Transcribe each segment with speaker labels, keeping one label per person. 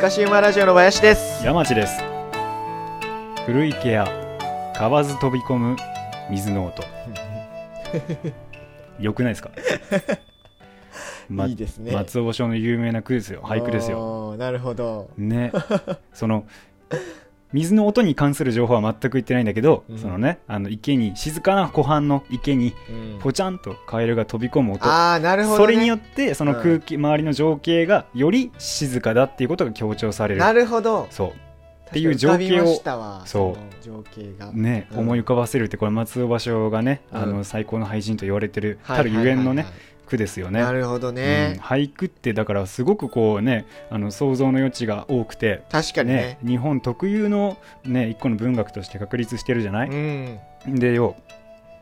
Speaker 1: カシウマラジオの林です
Speaker 2: 山地です古池や河津飛び込む水 の音よくないですか、ま
Speaker 1: いいですね
Speaker 2: 松尾芭蕉の有名な句ですよ俳句ですよ
Speaker 1: よなるほど
Speaker 2: ねその水の音に関する情報は全く言ってないんだけど、
Speaker 1: うん
Speaker 2: そのねあの池に静かな湖畔の池に
Speaker 1: うん
Speaker 2: ポチャンとカエルが飛び込む音、
Speaker 1: ああなるほど、ね、
Speaker 2: それによってその空気、周りの情景がより静かだっていうことが強調される
Speaker 1: なるほど
Speaker 2: そう
Speaker 1: って
Speaker 2: いう情景を
Speaker 1: そ
Speaker 2: そう
Speaker 1: う情景が
Speaker 2: ね、
Speaker 1: うん
Speaker 2: 思い浮かばせるってこれ松尾芭蕉がね、あ
Speaker 1: うん
Speaker 2: の最高の俳人と言われてる
Speaker 1: はい
Speaker 2: たるゆえんのね、
Speaker 1: はいはい
Speaker 2: 句ですよ
Speaker 1: はい
Speaker 2: ね
Speaker 1: なるほど
Speaker 2: うん
Speaker 1: ね、
Speaker 2: 俳句ってだからすごくこうねあの想像の余地が多くて、
Speaker 1: 確かにね
Speaker 2: 日本特有の、ね、一個の文学として確立してるじゃない、
Speaker 1: うん
Speaker 2: でよ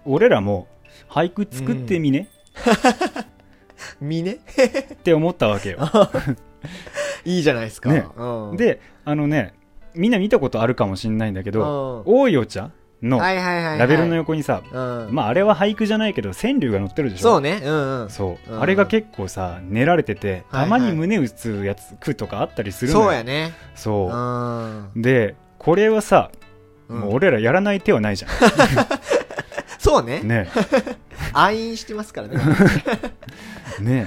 Speaker 2: 俺らも俳句作ってみね、
Speaker 1: 見ね
Speaker 2: って思ったわけよ。
Speaker 1: いいじゃないですか、
Speaker 2: ね
Speaker 1: うん、
Speaker 2: であのねみんな見たことあるかもしれないんだけ
Speaker 1: うん
Speaker 2: ど「おいお茶」の
Speaker 1: はいはいはいはい
Speaker 2: ラベルの横にさ、
Speaker 1: うん
Speaker 2: まああれは俳句じゃないけど川柳が載ってるでしょ
Speaker 1: そうねうんうん
Speaker 2: そう、
Speaker 1: うん
Speaker 2: あれが結構さ練られてて
Speaker 1: はいは
Speaker 2: た
Speaker 1: い
Speaker 2: まに胸打つやつ句とかあったりするのよ
Speaker 1: そうやね
Speaker 2: そう
Speaker 1: うん
Speaker 2: でこれはさ、
Speaker 1: うん
Speaker 2: もう俺らやらない手はないじゃ
Speaker 1: そうね
Speaker 2: んね
Speaker 1: 暗飲してますからね
Speaker 2: ね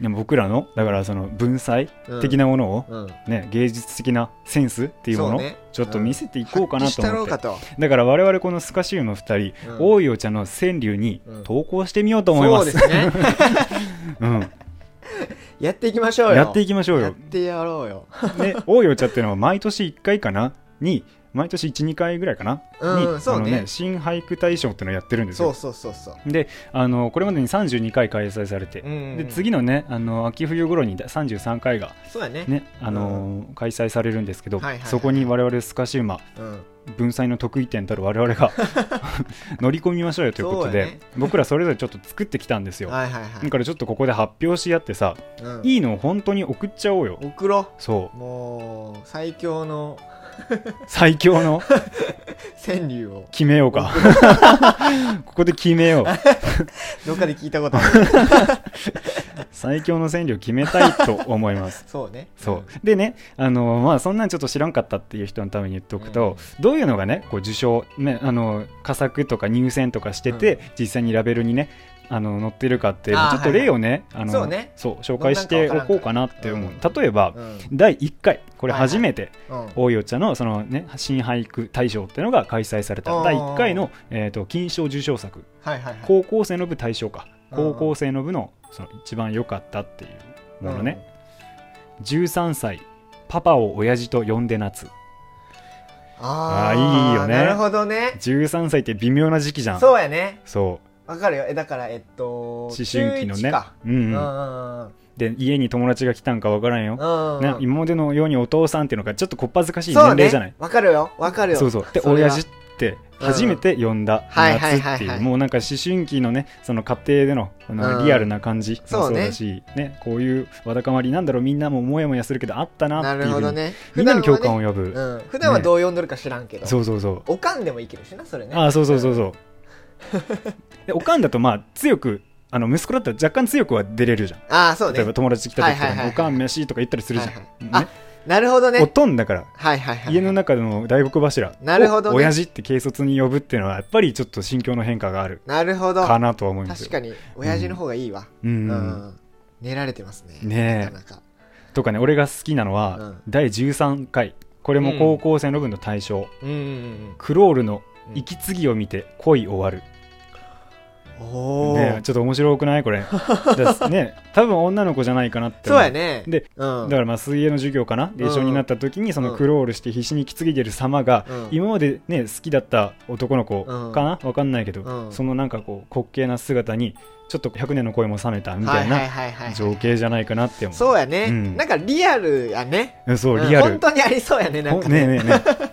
Speaker 2: でも僕らのだからその文才的なものを、
Speaker 1: うんっ
Speaker 2: ね、芸術的なセンスって
Speaker 1: て
Speaker 2: いうものちょっと見せていこうかなと
Speaker 1: したろ
Speaker 2: 思
Speaker 1: う
Speaker 2: って、
Speaker 1: かと
Speaker 2: だから我々このスカシウムの2人、
Speaker 1: うん
Speaker 2: 大井お茶の川柳に
Speaker 1: うん
Speaker 2: 投稿してみようと思います、
Speaker 1: そうですね
Speaker 2: うん
Speaker 1: やっていきましょうよ
Speaker 2: やっていきましょう
Speaker 1: やっ
Speaker 2: よ
Speaker 1: てやろうよ
Speaker 2: で多いお茶っていうのは毎年1回かなに毎年12回ぐらいかな、
Speaker 1: うん
Speaker 2: に
Speaker 1: そうね
Speaker 2: あのね新俳句大賞っていうのをやってるんです
Speaker 1: そう
Speaker 2: よ
Speaker 1: そうそうそう
Speaker 2: であのこれまでに32回開催されて、
Speaker 1: うん
Speaker 2: で次のねあの秋冬頃に33回が、
Speaker 1: そうやね
Speaker 2: ねあの開催されるんですけど、
Speaker 1: はいはいはい
Speaker 2: そこに我々スカシウマ
Speaker 1: うん
Speaker 2: 文才の得意点たる我々が 乗り込みましょうよということ
Speaker 1: そう
Speaker 2: で、
Speaker 1: やね
Speaker 2: 僕らそれぞれちょっと作ってきたんですよ、
Speaker 1: はいはいは
Speaker 2: だからちょっとここで発表し合ってさ、
Speaker 1: いうん
Speaker 2: いいのを本当に送っちゃおうよ
Speaker 1: 送ろ
Speaker 2: そう
Speaker 1: うもう最強の
Speaker 2: 最強の
Speaker 1: 川柳を
Speaker 2: 決めようかここで決め よう
Speaker 1: どっかで聞いたことあ る
Speaker 2: 最強の川柳を決めたいと思い ます
Speaker 1: そうね
Speaker 2: そうでねあのまあそんなんちょっと知らんかったっていう人のために言っておくと、どういうのがねこう受賞、ね、あの佳作とか入選とかしてて、実際にラベルにねあの載ってるかっていうの
Speaker 1: あー
Speaker 2: ちょっと例をねあの
Speaker 1: そうね
Speaker 2: 紹介しておこうかなって思う
Speaker 1: どんなんかわからんから
Speaker 2: 例えば、
Speaker 1: うん
Speaker 2: 第1回これ
Speaker 1: はいはい
Speaker 2: 初めて
Speaker 1: うん
Speaker 2: 大井お茶のその、ね、新俳句大賞っていうのが開催され
Speaker 1: あ
Speaker 2: た
Speaker 1: ー
Speaker 2: 第1回の、えー、と金賞受賞作
Speaker 1: はいはいはい
Speaker 2: 高校生の部大賞か
Speaker 1: うん
Speaker 2: 高校生の部のその一番良かったっていうものね、13歳パパを親父と呼んで夏
Speaker 1: あ
Speaker 2: あーいいよね
Speaker 1: なるほどね
Speaker 2: 13歳って微妙な時期じゃん
Speaker 1: そうやね
Speaker 2: そ
Speaker 1: わかるよえだからえっと
Speaker 2: う思春期
Speaker 1: 中
Speaker 2: の
Speaker 1: 一
Speaker 2: ね
Speaker 1: か、
Speaker 2: うん
Speaker 1: う
Speaker 2: うんん
Speaker 1: うん
Speaker 2: で家に友達が来たんかわからんよ、
Speaker 1: うんうん
Speaker 2: ね、今までのようにお父さんっていうのがちょっとこっぱずかしい年
Speaker 1: そうね
Speaker 2: 齢じゃない
Speaker 1: わかるよわかるよ
Speaker 2: そうそうで
Speaker 1: それは
Speaker 2: 親父って初めて呼んだ
Speaker 1: はいはい
Speaker 2: 夏
Speaker 1: はい
Speaker 2: ってい
Speaker 1: はいう
Speaker 2: もうなんか思春期のねその家庭でのあの
Speaker 1: うん
Speaker 2: リアルな感じも
Speaker 1: そう
Speaker 2: そう
Speaker 1: ね
Speaker 2: だし、ね、こういうわだかまりなんだろうみんなももやもやするけどあったな
Speaker 1: な
Speaker 2: ってい
Speaker 1: る
Speaker 2: うふ
Speaker 1: ほ
Speaker 2: う
Speaker 1: ど
Speaker 2: に、
Speaker 1: ね
Speaker 2: みんなに共感
Speaker 1: を
Speaker 2: を呼ぶ、
Speaker 1: うん普段はどう呼んでるか知らんけど
Speaker 2: そうそうそう
Speaker 1: おかんでもいけるしなそれね
Speaker 2: ああそうそうそう
Speaker 1: う
Speaker 2: そうでおかんだとまあ強くあの息子だったら若干強くは出れるじゃん
Speaker 1: ああそう
Speaker 2: 例え
Speaker 1: ね
Speaker 2: ば友達来た
Speaker 1: は
Speaker 2: 時と
Speaker 1: い
Speaker 2: か
Speaker 1: はいはい
Speaker 2: に「
Speaker 1: はい
Speaker 2: おかん飯」とか言ったりするじゃん、
Speaker 1: はいはいなるほど
Speaker 2: ね
Speaker 1: ね
Speaker 2: おとんだから
Speaker 1: はいはいはい
Speaker 2: 家の中での大黒柱
Speaker 1: なるほどね
Speaker 2: を親父って軽率に呼ぶっていうのはやっぱりちょっと心境の変化がある
Speaker 1: なるほど
Speaker 2: かなとは思います
Speaker 1: 確
Speaker 2: よ
Speaker 1: かに親父の方がいいわ
Speaker 2: う
Speaker 1: うんん寝られてますね
Speaker 2: ねえ
Speaker 1: なかなか
Speaker 2: とかね俺が好きなのは、
Speaker 1: うん
Speaker 2: 第13回これも高校生の分の対象、
Speaker 1: うんうん
Speaker 2: クロールの息継ぎを見て恋終わる、
Speaker 1: うんおお
Speaker 2: ねちょっと面白くない これだね多分女の子じゃないかなって思
Speaker 1: そうやね
Speaker 2: で
Speaker 1: うん
Speaker 2: だからまあ水泳の授業かなで一緒になった時にそのクロールして必死に息継ぎでる様が、
Speaker 1: うん
Speaker 2: 今までね好きだった男の子かな、わかんないけど、
Speaker 1: うん
Speaker 2: そのなんかこう滑稽な姿にちょっと100年の恋も冷めたみた
Speaker 1: は
Speaker 2: いな
Speaker 1: はいはいはい
Speaker 2: 情景じゃないかなって思う,、
Speaker 1: そうやね、
Speaker 2: うん
Speaker 1: なんかリアルやね
Speaker 2: うんそう
Speaker 1: うん
Speaker 2: リアル、
Speaker 1: 本当にありそうやねなん
Speaker 2: ほ
Speaker 1: か
Speaker 2: ねえねえねえ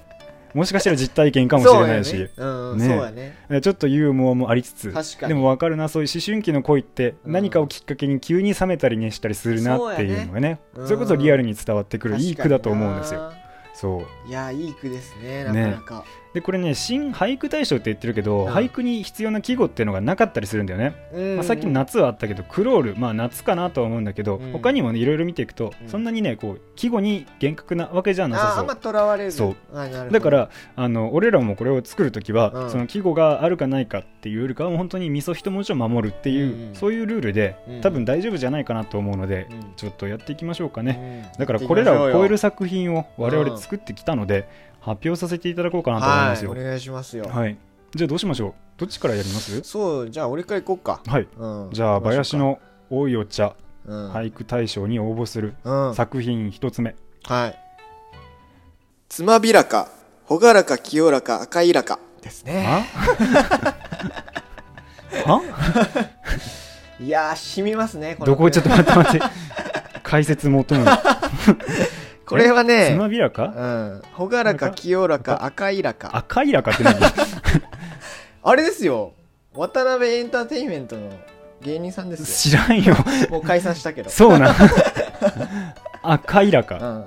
Speaker 2: もしかしたら実体験かもしれないし、
Speaker 1: そうやね,、うんうん
Speaker 2: ね
Speaker 1: そうやね
Speaker 2: ちょっとユーモアもありつつ
Speaker 1: 確かに
Speaker 2: でも分かるなそういう思春期の恋って
Speaker 1: うん
Speaker 2: 何かをきっかけに急に冷めたりねしたりするなっていうのがね,、
Speaker 1: そうやね
Speaker 2: それこそリアルに伝わってくる
Speaker 1: 確かに
Speaker 2: いい句だと思うんですよ。
Speaker 1: な
Speaker 2: そう
Speaker 1: いやいい句ですねなかなか、
Speaker 2: でこれね新俳句大賞って言ってるけど、
Speaker 1: うん
Speaker 2: 俳句に必要な季語っていうのがなかったりするんだよね、
Speaker 1: うん
Speaker 2: まあ、さっきの夏はあったけどクロールまあ夏かなとは思うんだけど、
Speaker 1: うん
Speaker 2: 他にもねいろいろ見ていくと、
Speaker 1: うん
Speaker 2: そんなにねこう季語に厳格なわけじゃな
Speaker 1: あ
Speaker 2: さ
Speaker 1: ー
Speaker 2: そ
Speaker 1: あんま
Speaker 2: う
Speaker 1: とらわれず
Speaker 2: そう
Speaker 1: あなるほど
Speaker 2: だからあの俺らもこれを作る時は、
Speaker 1: うん
Speaker 2: その季語があるかないかっていうよりかはもう本当にみそ一文字を守るっていう、
Speaker 1: うんうん
Speaker 2: そういうルールで
Speaker 1: うん
Speaker 2: 多分大丈夫じゃないかなと思うので、
Speaker 1: うん
Speaker 2: ちょっとやっていきましょうかね、
Speaker 1: ね
Speaker 2: だからこれらを超える
Speaker 1: と
Speaker 2: 作品を我々作ってきたので、発表させていただこうかなと思いますよ。
Speaker 1: はい、お願いしますよ、
Speaker 2: はい、じゃあどうしましょうどっちからやります
Speaker 1: そうじゃあ俺から行こうか、
Speaker 2: はい
Speaker 1: うん、
Speaker 2: じゃあ林の「おいお茶
Speaker 1: うん
Speaker 2: 俳句大賞」に応募する
Speaker 1: うん、
Speaker 2: 作品一つ目
Speaker 1: はい。つまびらか、ほがらか、清らか、赤いらか。ですね。
Speaker 2: ははい
Speaker 1: やー、しみますね、この
Speaker 2: どこちょっと待って待って 解説求むの
Speaker 1: これは
Speaker 2: つ
Speaker 1: ね、
Speaker 2: まびら
Speaker 1: う
Speaker 2: か
Speaker 1: ん。ほがらか、清らか、赤いらか。
Speaker 2: 赤いらかって何
Speaker 1: あれですよ。渡辺エンターテインメントの芸人さんです
Speaker 2: 知らんよ
Speaker 1: よ。もう解散したけど。
Speaker 2: そう な赤いら
Speaker 1: う
Speaker 2: か
Speaker 1: ん。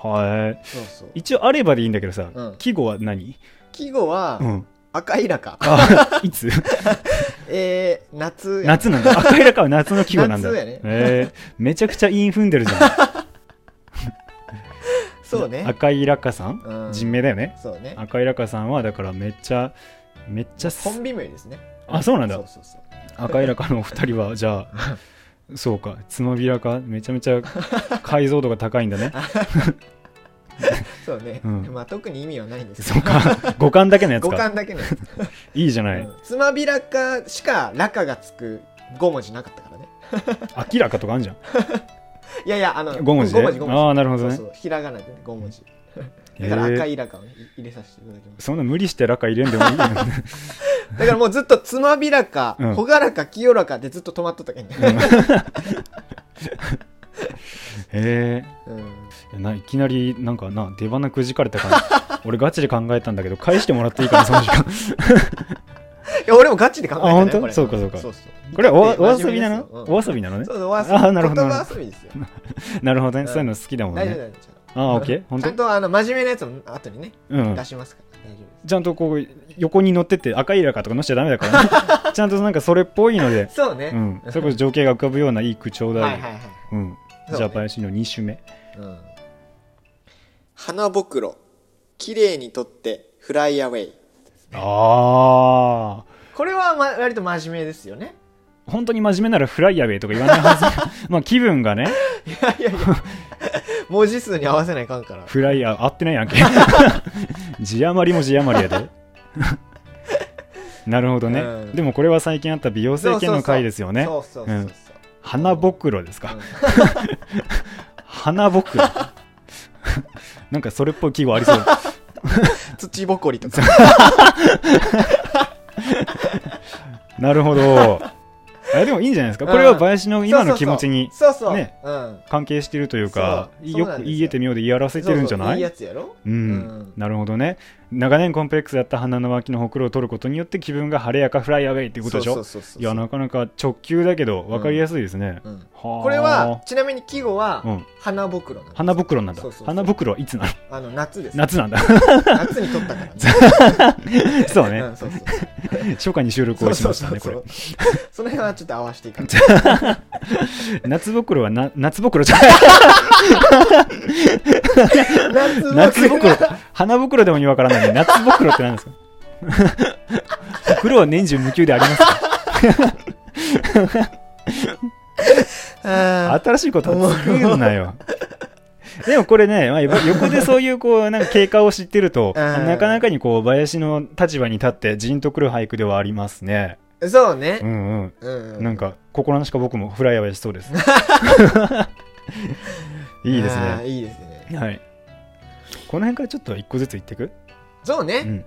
Speaker 2: は
Speaker 1: そうそう。
Speaker 2: い一応あればでいいんだけどさ、
Speaker 1: うん
Speaker 2: 季語は何、
Speaker 1: 季語は
Speaker 2: う、 ん、
Speaker 1: 赤いらか。
Speaker 2: あいつ
Speaker 1: えー、夏。
Speaker 2: 夏なんだ赤いらかは夏の季語なんだ
Speaker 1: 夏やね
Speaker 2: えーめちゃくちゃ韻踏んでるじゃん
Speaker 1: そうね。
Speaker 2: 赤いラカさん、
Speaker 1: うん
Speaker 2: 人名だよね
Speaker 1: そうね。
Speaker 2: 赤いラカさんはだからめっちゃめっちゃす
Speaker 1: コンビ名ですね。
Speaker 2: あそうなんだ
Speaker 1: そうそうそう。
Speaker 2: 赤いラカのお二 人はじゃあそうかつまびらかめちゃめちゃ解像度が高いんだね
Speaker 1: そうね。
Speaker 2: うん
Speaker 1: まあ、特に意味はないんですけ
Speaker 2: そ
Speaker 1: ど
Speaker 2: う。か五感だけのやつ
Speaker 1: 五
Speaker 2: か
Speaker 1: 感だけのやつ
Speaker 2: いいじゃない、
Speaker 1: うんつまびらかしか「らか」がつく5文字なかったからね
Speaker 2: 明らかとかあんじゃん
Speaker 1: いやいやあの
Speaker 2: 五文字で
Speaker 1: 5文字5
Speaker 2: ああ
Speaker 1: 文
Speaker 2: なるほ
Speaker 1: 字
Speaker 2: どね
Speaker 1: そうそうひらがなでね5文字だ
Speaker 2: へ
Speaker 1: から赤
Speaker 2: え
Speaker 1: いらかをねい入れさせていただきます
Speaker 2: そんな無理してラカ入れんでもいいよ ね
Speaker 1: だからもうずっとつまびらか
Speaker 2: うん
Speaker 1: ほがらか清らかでずっと止まっとったけんね
Speaker 2: うんへえ
Speaker 1: うん
Speaker 2: いやないきなりなんかな出花くじかれた感じ俺ガチで考えたんだけど返してもらっていいかなその時 間
Speaker 1: いや俺もガチで考え
Speaker 2: あ
Speaker 1: た
Speaker 2: 本
Speaker 1: ね
Speaker 2: 当
Speaker 1: これ
Speaker 2: そうかそうか
Speaker 1: そう
Speaker 2: これはおお
Speaker 1: だって真
Speaker 2: 遊
Speaker 1: 面目
Speaker 2: びな
Speaker 1: ですよ
Speaker 2: の、
Speaker 1: うん
Speaker 2: お遊びなのね
Speaker 1: そうそうお遊び
Speaker 2: あーなるほど
Speaker 1: 言葉遊びですよ
Speaker 2: なるほどね、
Speaker 1: うん
Speaker 2: そういうの好きだもん
Speaker 1: 大丈夫
Speaker 2: ね
Speaker 1: 大丈夫
Speaker 2: ああオッケー本
Speaker 1: ちゃん
Speaker 2: 当
Speaker 1: とあの真面目なやつも後にね
Speaker 2: うん
Speaker 1: 出しますから大丈夫で、
Speaker 2: ちゃんとこう横に乗ってって赤いラカとか乗っちゃダメだからねちゃんとなんかそれっぽいのです
Speaker 1: そうね
Speaker 2: うん、それこそ情景が浮かぶようないい口調だよ、
Speaker 1: はいはいはい
Speaker 2: うん、
Speaker 1: そうね
Speaker 2: じゃあ林の2種目
Speaker 1: 花ぼくろ綺麗にとってフライアウェイ
Speaker 2: ああ
Speaker 1: これは、ま、割と真面目ですよね
Speaker 2: 本当に真面目ならフライヤーベイとか言わない はずまあ気分がね
Speaker 1: いや いやいや文字数に合わせないかんから
Speaker 2: フライヤー合ってないや んけ字余りも字余りやでなるほどね、
Speaker 1: うん
Speaker 2: でもこれは最近あった美容整形の回ですよね
Speaker 1: そうそうそうそう
Speaker 2: 花ぼくろです
Speaker 1: そう
Speaker 2: か、花ぼく ろなんかそれっぽい記号ありそう
Speaker 1: うん土ぼこりとか
Speaker 2: なる ほどあでもいいんじゃないですかこれは林の 今の気持ちに
Speaker 1: そうそうそう
Speaker 2: ね
Speaker 1: うん
Speaker 2: 関係してるというか
Speaker 1: そうそう
Speaker 2: よ
Speaker 1: なんで
Speaker 2: く
Speaker 1: すよ
Speaker 2: 言えてみようでやらせてるんじゃ
Speaker 1: そうそう
Speaker 2: ない
Speaker 1: いやつやろ
Speaker 2: うん、
Speaker 1: うん
Speaker 2: なるほどね長年コンプレックスだった鼻の脇のほくろを取ることによって気分が晴れやかフライアウェイっていうことでしょ
Speaker 1: そうそうそうそう
Speaker 2: いやなかなか直球だけど分かりやすいですね、
Speaker 1: うん
Speaker 2: はあ
Speaker 1: これはちなみに季語は、
Speaker 2: うん
Speaker 1: 花ぼくろなんです
Speaker 2: 花袋なんだ
Speaker 1: そうそうそう
Speaker 2: 花袋はいつなの
Speaker 1: あの夏です
Speaker 2: 夏なんだ
Speaker 1: 夏に撮ったからね
Speaker 2: そう
Speaker 1: う
Speaker 2: ね
Speaker 1: ん、そうそう
Speaker 2: 初夏に収録をしましたねこ
Speaker 1: そう
Speaker 2: れ
Speaker 1: そうそう そうその辺はちょっと合わせていかない
Speaker 2: 夏袋はな夏袋じゃない
Speaker 1: 夏
Speaker 2: 夏袋 花袋でもにわからないのに夏袋って何ですか 袋は年中無休でありますか
Speaker 1: あ
Speaker 2: 新しいことは作るなよでもこれね、まあ、よ横でそういうこうなんか経過を知ってると
Speaker 1: うん
Speaker 2: なかなかにこう林の立場に立ってじんとくる俳句ではありますね
Speaker 1: ーそう
Speaker 2: う
Speaker 1: ね、
Speaker 2: ん
Speaker 1: うん
Speaker 2: うんなんか心なしか僕もフライアウェイしそうです いいです
Speaker 1: あー
Speaker 2: ね
Speaker 1: いいですね
Speaker 2: はいこの辺からちょっと一個ずつ言ってく
Speaker 1: そうね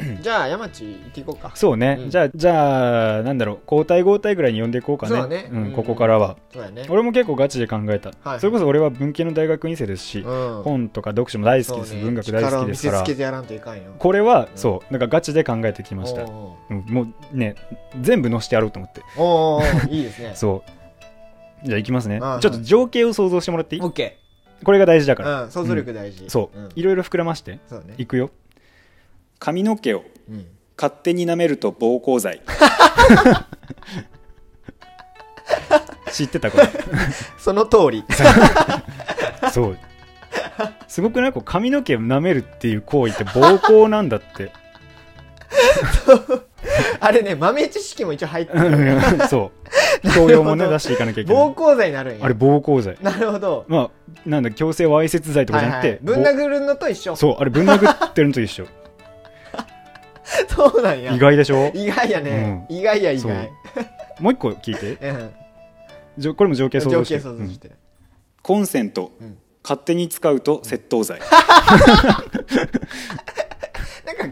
Speaker 1: うん、じゃあ山地行っていこうか
Speaker 2: そうね、
Speaker 1: うん
Speaker 2: じゃあじゃあなんだろう交代交代ぐらいに呼んでいこうかね
Speaker 1: そうね
Speaker 2: ん、ここからは、
Speaker 1: そうやね
Speaker 2: 俺も結構ガチで考えた、
Speaker 1: はい
Speaker 2: それこそ俺は文系の大学院生ですし、
Speaker 1: うん
Speaker 2: 本とか読書も大好きです、
Speaker 1: そうね
Speaker 2: 文学大好きです
Speaker 1: 力を見せ
Speaker 2: から
Speaker 1: つけてやらんといかんよ
Speaker 2: これは、
Speaker 1: うん
Speaker 2: そうなんかガチで考えてきました、
Speaker 1: お
Speaker 2: うんもうね全部載せてやろうと思って
Speaker 1: ー おーおーいいですね
Speaker 2: そうじゃあいきますねち
Speaker 1: あ
Speaker 2: ょ
Speaker 1: あ
Speaker 2: っと情景を想像してもらっていい
Speaker 1: オッケ
Speaker 2: これが大事だから、
Speaker 1: うん、想像力大事、
Speaker 2: そう、
Speaker 1: ん
Speaker 2: いろいろ膨らまして
Speaker 1: そうね
Speaker 2: いくよ髪の毛を
Speaker 1: うん
Speaker 2: 勝手に舐めると暴行罪 知ってたこれ
Speaker 1: その通り
Speaker 2: そうすごくないこう髪の毛を舐めるっていう行為って暴行なんだって
Speaker 1: あれね豆知識も一応入ってる
Speaker 2: うんそう教養もね
Speaker 1: なるほど
Speaker 2: 出していかなきゃいけな
Speaker 1: 暴
Speaker 2: い
Speaker 1: 行罪になるんや
Speaker 2: あれ暴行罪
Speaker 1: なるほど
Speaker 2: まあなんだ強制わいせつ罪とかじゃな
Speaker 1: はい
Speaker 2: くて
Speaker 1: はい、ぶん
Speaker 2: ぼ
Speaker 1: 殴るのと一緒そ
Speaker 2: そうあれぶん殴ってるのと 一緒
Speaker 1: うなんや
Speaker 2: 意外でしょ
Speaker 1: 意外やね、意外や意
Speaker 2: そう
Speaker 1: 外
Speaker 2: もう一個聞いて
Speaker 1: うん
Speaker 2: じょこれも情景想
Speaker 1: 情
Speaker 2: 像して
Speaker 1: 景想像して、
Speaker 2: コンセント、
Speaker 1: うん
Speaker 2: 勝手に使うと窃盗罪
Speaker 1: なんか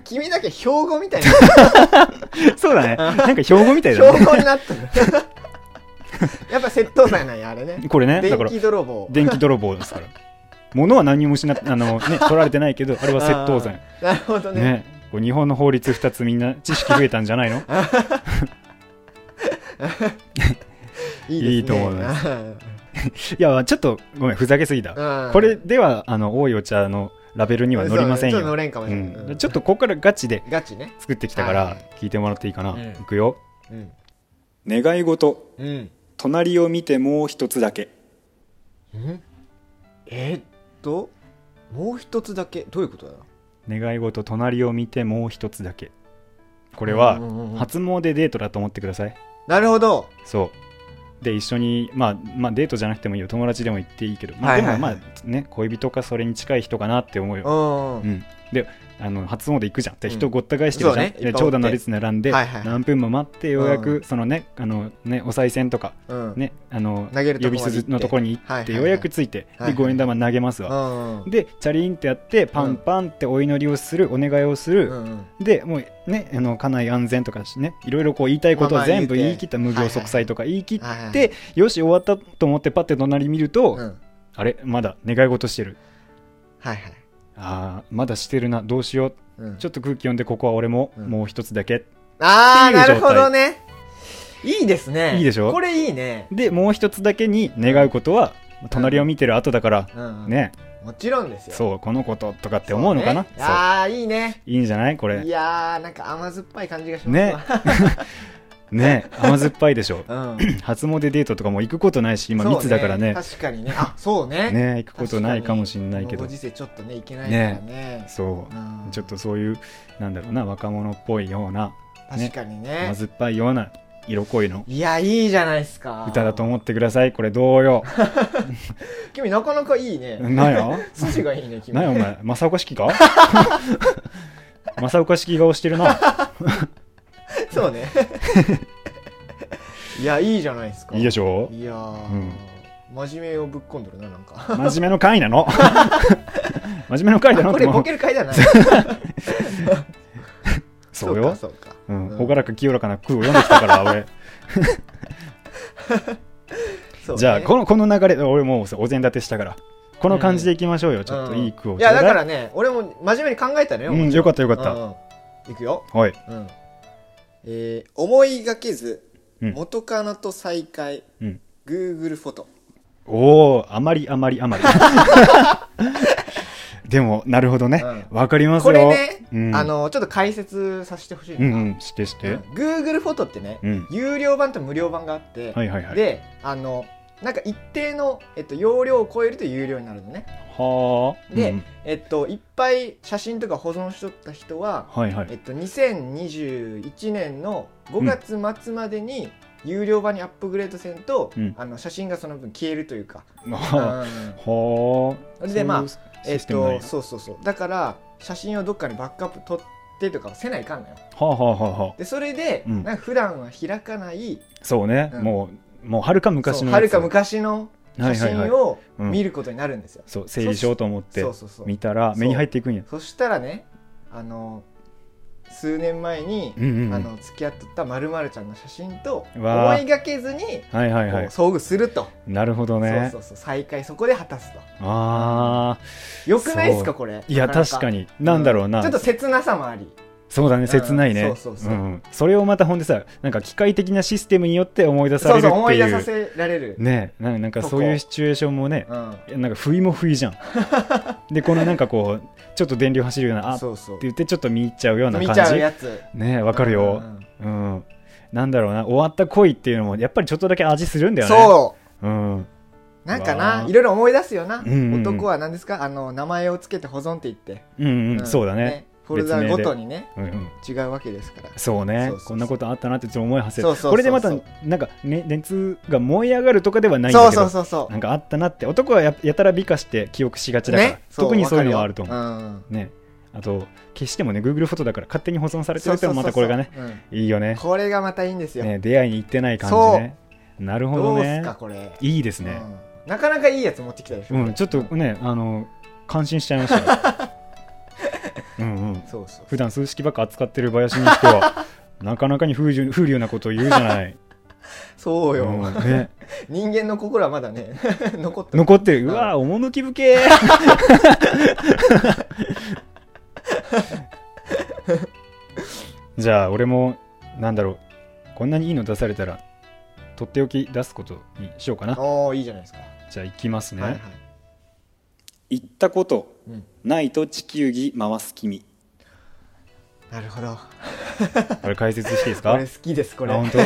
Speaker 1: 君だけ標語みたい な
Speaker 2: そうだねなんか標語みたいだ
Speaker 1: 標
Speaker 2: ね
Speaker 1: 語になったの やっぱ窃盗罪なんやあれね
Speaker 2: これねだか
Speaker 1: 電
Speaker 2: ら
Speaker 1: 気泥棒
Speaker 2: 電気泥棒ですから物は何も失っあの、ね、取られてないけどあれは窃盗罪
Speaker 1: あーなるほどね
Speaker 2: ねこう日本の法律2つみんな知識増えたんじゃないの
Speaker 1: いいですね
Speaker 2: いいと思いますいやちょっとごめんふざけすぎだこれではあの多いお茶のラベルには載りません
Speaker 1: ちょっと乗
Speaker 2: よ、
Speaker 1: れんかもし
Speaker 2: う、
Speaker 1: れない、うんん
Speaker 2: ちょっとここからガチで
Speaker 1: ガチね
Speaker 2: 作ってきたか
Speaker 1: は
Speaker 2: ら
Speaker 1: い
Speaker 2: 聞いてもらっていいかな、
Speaker 1: うん
Speaker 2: いくよ
Speaker 1: うん
Speaker 2: 願い事
Speaker 1: うん
Speaker 2: 隣を見てもう一つだけ
Speaker 1: んえーっともう一つだけどういうことだ
Speaker 2: 願い事隣を見てもう一つだけこ
Speaker 1: こ
Speaker 2: れは初詣デートだと思ってください
Speaker 1: なるほど
Speaker 2: そうで一緒に、まあ、まあデートじゃなくてもいいよ友達でも行っていいけど、まあ、
Speaker 1: はい
Speaker 2: で
Speaker 1: はいは
Speaker 2: も
Speaker 1: い
Speaker 2: まあね恋人かそれに近い人かなって思う
Speaker 1: う
Speaker 2: よ、
Speaker 1: んうん
Speaker 2: うん、であの初詣行くじゃんで
Speaker 1: うん
Speaker 2: 人ごった返してるじゃん、
Speaker 1: そうねいっ
Speaker 2: で
Speaker 1: ぱいおって
Speaker 2: 長蛇の列並んで、
Speaker 1: はいはい
Speaker 2: 何分も待ってようやく、
Speaker 1: う
Speaker 2: そのねあのねお賽銭とか、
Speaker 1: うん
Speaker 2: ねあの
Speaker 1: 投げるとこまで行って
Speaker 2: 呼び鈴のところに行って、
Speaker 1: はいはいはい
Speaker 2: ようやくついて、
Speaker 1: はいはい
Speaker 2: で5円玉投げますわ、
Speaker 1: うんうん
Speaker 2: でチャリンってやってパンパンってお祈りをする、お願いをする、
Speaker 1: うん
Speaker 2: でもうねあの家内安全とかしねいろいろこう言いたいこと
Speaker 1: ま
Speaker 2: を
Speaker 1: あまあ言う
Speaker 2: 全
Speaker 1: て
Speaker 2: 部言い切った無病息災とか言い切って、
Speaker 1: はいはい
Speaker 2: よし終わったと思ってパッて隣見ると、
Speaker 1: うん
Speaker 2: あれまだ願い事してる
Speaker 1: はいはい
Speaker 2: あーまだしてるなどうしよう
Speaker 1: うん
Speaker 2: ちょっと空気読んでここは俺も
Speaker 1: うん
Speaker 2: もう一つだけ、
Speaker 1: ああ
Speaker 2: っ
Speaker 1: な
Speaker 2: てい
Speaker 1: る
Speaker 2: う状態
Speaker 1: ほどねいいですね
Speaker 2: いいでしょ
Speaker 1: これいいね
Speaker 2: でもう一つだけに願うことは隣を見てる後だから、
Speaker 1: うんうん
Speaker 2: ね
Speaker 1: もちろんですようっ
Speaker 2: そうこのこととかって思うのかなそう,、
Speaker 1: ああいいね
Speaker 2: いいんじゃないこれ
Speaker 1: いやーなんか甘酸っぱい感じがします
Speaker 2: ね
Speaker 1: わ
Speaker 2: ね甘酸っぱいでしょ
Speaker 1: うん
Speaker 2: 初詣デートとかも行くことないし今
Speaker 1: そう
Speaker 2: 密だからね
Speaker 1: 確かにねあそうね
Speaker 2: ね行くことないかもしれない
Speaker 1: こ
Speaker 2: けど
Speaker 1: のご時世ちょっとねいけないからね
Speaker 2: そう
Speaker 1: うん
Speaker 2: ちょっとそういうなんだろうな若者っぽいような
Speaker 1: 確かにね
Speaker 2: 甘酸っぱいような色濃いの
Speaker 1: いやいいじゃないですか
Speaker 2: 歌だと思ってくださいこれど うよ
Speaker 1: 君なかなかいいね
Speaker 2: なよ
Speaker 1: 筋がいいね君
Speaker 2: なよお前正岡式か正岡式顔してるな
Speaker 1: そう ねいやいいじゃないですか
Speaker 2: いいで
Speaker 1: し
Speaker 2: しょ
Speaker 1: いやー
Speaker 2: うん
Speaker 1: 真面目をぶっ込んどるななんか
Speaker 2: 真面目の回 なの真面目の回だなっ
Speaker 1: こ
Speaker 2: て
Speaker 1: れ
Speaker 2: も
Speaker 1: ボ
Speaker 2: う
Speaker 1: ケる回じゃない
Speaker 2: そう
Speaker 1: か
Speaker 2: よ
Speaker 1: そうか
Speaker 2: うん
Speaker 1: うん
Speaker 2: 朗らか清らかな句を読んでき たから俺
Speaker 1: そうね
Speaker 2: じゃあこのこの流れ俺もうお膳立てしたからこの感じでいきましょうよ、ちょっといい句
Speaker 1: う
Speaker 2: を
Speaker 1: ん
Speaker 2: ち
Speaker 1: い
Speaker 2: ょう
Speaker 1: や
Speaker 2: だ
Speaker 1: だ
Speaker 2: い
Speaker 1: からね俺も真面目に考えたのよ
Speaker 2: うんよかったよかった、
Speaker 1: たいくよ
Speaker 2: はい
Speaker 1: うん
Speaker 3: えー思いがけず
Speaker 2: うん
Speaker 3: 元カノと再会、
Speaker 2: うん
Speaker 3: Google フォト
Speaker 2: おおあまりあまりあま りでもなるほどねわ、かります
Speaker 1: こ
Speaker 2: よ
Speaker 1: れね、
Speaker 2: うん、
Speaker 1: あのちょっと解説させてほしい
Speaker 2: うん
Speaker 1: のが、
Speaker 2: うんしてして、
Speaker 1: Google フォトってね、
Speaker 2: うん
Speaker 1: 有料版と無料版があって、
Speaker 2: はいはいはい
Speaker 1: であのなんか一定の、えっと、容量を超えると有料になるのね
Speaker 2: はあ
Speaker 1: で、
Speaker 2: うん
Speaker 1: えっと、いっぱい写真とか保存しとった人は、
Speaker 2: はいは
Speaker 1: えっ
Speaker 2: い
Speaker 1: と、2021年の5月末までに有料版にアップグレードせんと、
Speaker 2: うん
Speaker 1: あの写真がその分消えるというか、
Speaker 2: はあ
Speaker 1: うん
Speaker 2: はあ
Speaker 1: でまあ
Speaker 2: そういう
Speaker 1: えっ
Speaker 2: システムなんや
Speaker 1: とそうそうそうだから写真をどっかにバックアップ取ってとかせないかんのよ
Speaker 2: はあはあはあはあ
Speaker 1: でそれで、
Speaker 2: うん
Speaker 1: なんか普段は開かない
Speaker 2: そうね、
Speaker 1: うん
Speaker 2: もうもうはるか昔の
Speaker 1: はるか
Speaker 2: 昔
Speaker 1: 昔の写真を
Speaker 2: うん
Speaker 1: 見ることになるんですよ、
Speaker 2: そう整理しようと思って
Speaker 1: そうそうそう
Speaker 2: 見たら
Speaker 1: そう
Speaker 2: 目に入っていくんや
Speaker 1: そしたらねあの数年前に、
Speaker 2: うんうんうん
Speaker 1: あの付き合っとったまるまるちゃんの写真と
Speaker 2: う
Speaker 1: 思
Speaker 2: わー
Speaker 1: いがけずにこ
Speaker 2: はいは
Speaker 1: う
Speaker 2: いはい
Speaker 1: 遭遇すると、
Speaker 2: なるほどね
Speaker 1: そうそうそう再会そこで果たすと
Speaker 2: ああ
Speaker 1: よくないです
Speaker 2: そ
Speaker 1: か
Speaker 2: う
Speaker 1: これ
Speaker 2: いや確かになんだろうな、
Speaker 1: ちょっと切なさもあり
Speaker 2: そうだね切ないね、
Speaker 1: うんそうそうそうん
Speaker 2: それをまたほんでさなんか機械的なシステムによって思い出さ
Speaker 1: そ
Speaker 2: れ
Speaker 1: う
Speaker 2: る
Speaker 1: そう
Speaker 2: っ
Speaker 1: 思
Speaker 2: て
Speaker 1: い
Speaker 2: い
Speaker 1: 出
Speaker 2: う
Speaker 1: させられる、
Speaker 2: ねえなんかなんかそういうシチュエーションもね
Speaker 1: うん、
Speaker 2: なんか不意も不意じゃんでこのなんかこうちょっと電流走るようなあっ
Speaker 1: そうそう
Speaker 2: って言ってちょっと見入っちゃうような
Speaker 1: 見ちゃう
Speaker 2: 感
Speaker 1: やつ
Speaker 2: じねえわかるよ
Speaker 1: うん
Speaker 2: うん、なんだろうな終わった恋っていうのもやっぱりちょっとだけ味するんだよね、
Speaker 1: そう
Speaker 2: うん、
Speaker 1: うなんか
Speaker 2: うわ
Speaker 1: な
Speaker 2: ー
Speaker 1: いろいろ思い出すよな、
Speaker 2: うんうんうん
Speaker 1: 男は何ですかあの名前をつけて保存って言って、
Speaker 2: うんうん
Speaker 1: ん
Speaker 2: そうだね
Speaker 1: フォルダ
Speaker 2: 別名
Speaker 1: ご
Speaker 2: で
Speaker 1: とにね
Speaker 2: うんうん
Speaker 1: 違うわけですから
Speaker 2: そう
Speaker 1: そう
Speaker 2: ね
Speaker 1: そうそう
Speaker 2: こんなことあったなってちょっと思いはせる
Speaker 1: そうそうそうそう
Speaker 2: これでまたなんか、ね、熱が燃え上がるとかではないんだ
Speaker 1: そう
Speaker 2: けど
Speaker 1: そうそうそ
Speaker 2: なんかあったなって男はややたら美化して記憶しが
Speaker 1: う
Speaker 2: ちだから、
Speaker 1: そ
Speaker 2: 特にそういうのはあると思う、
Speaker 1: わかよ
Speaker 2: ねあと消してもね Google フォトだから勝手に保存さ
Speaker 1: うん
Speaker 2: れてるってのもまたこれがね
Speaker 1: そうそうそう
Speaker 2: いいよ
Speaker 1: うん
Speaker 2: ね
Speaker 1: これがまたいいんですよ、
Speaker 2: ね出会いに行ってない感じねなるほ
Speaker 1: ど
Speaker 2: ど
Speaker 1: うす
Speaker 2: ね
Speaker 1: かこれ
Speaker 2: いいですね、
Speaker 1: うんなかなかいいやつ持ってきたでしょ、
Speaker 2: うん、ちょっとね、あの、感心しちゃいま したよ。うんうん。
Speaker 1: そうそう
Speaker 2: 普段数式ばっか扱ってる林にし ては、なかなかに風流風流なことを言うじゃない。
Speaker 1: そうよ、
Speaker 2: うんね、
Speaker 1: 人間の心はまだね 残ってる
Speaker 2: 残ってる。うわぁ、趣深 え。じゃあ、俺も、なんだろう、こんなにいいの出されたら、とっておき出すことにしようかな。
Speaker 1: おおいいじゃないですか、
Speaker 2: じゃあ、いきますね。
Speaker 1: はいはい
Speaker 3: 行ったこと
Speaker 1: うん
Speaker 3: ないと地球儀回す君
Speaker 1: なるほど
Speaker 2: これ解説していいですか
Speaker 1: 俺好きですこれ
Speaker 2: あ本当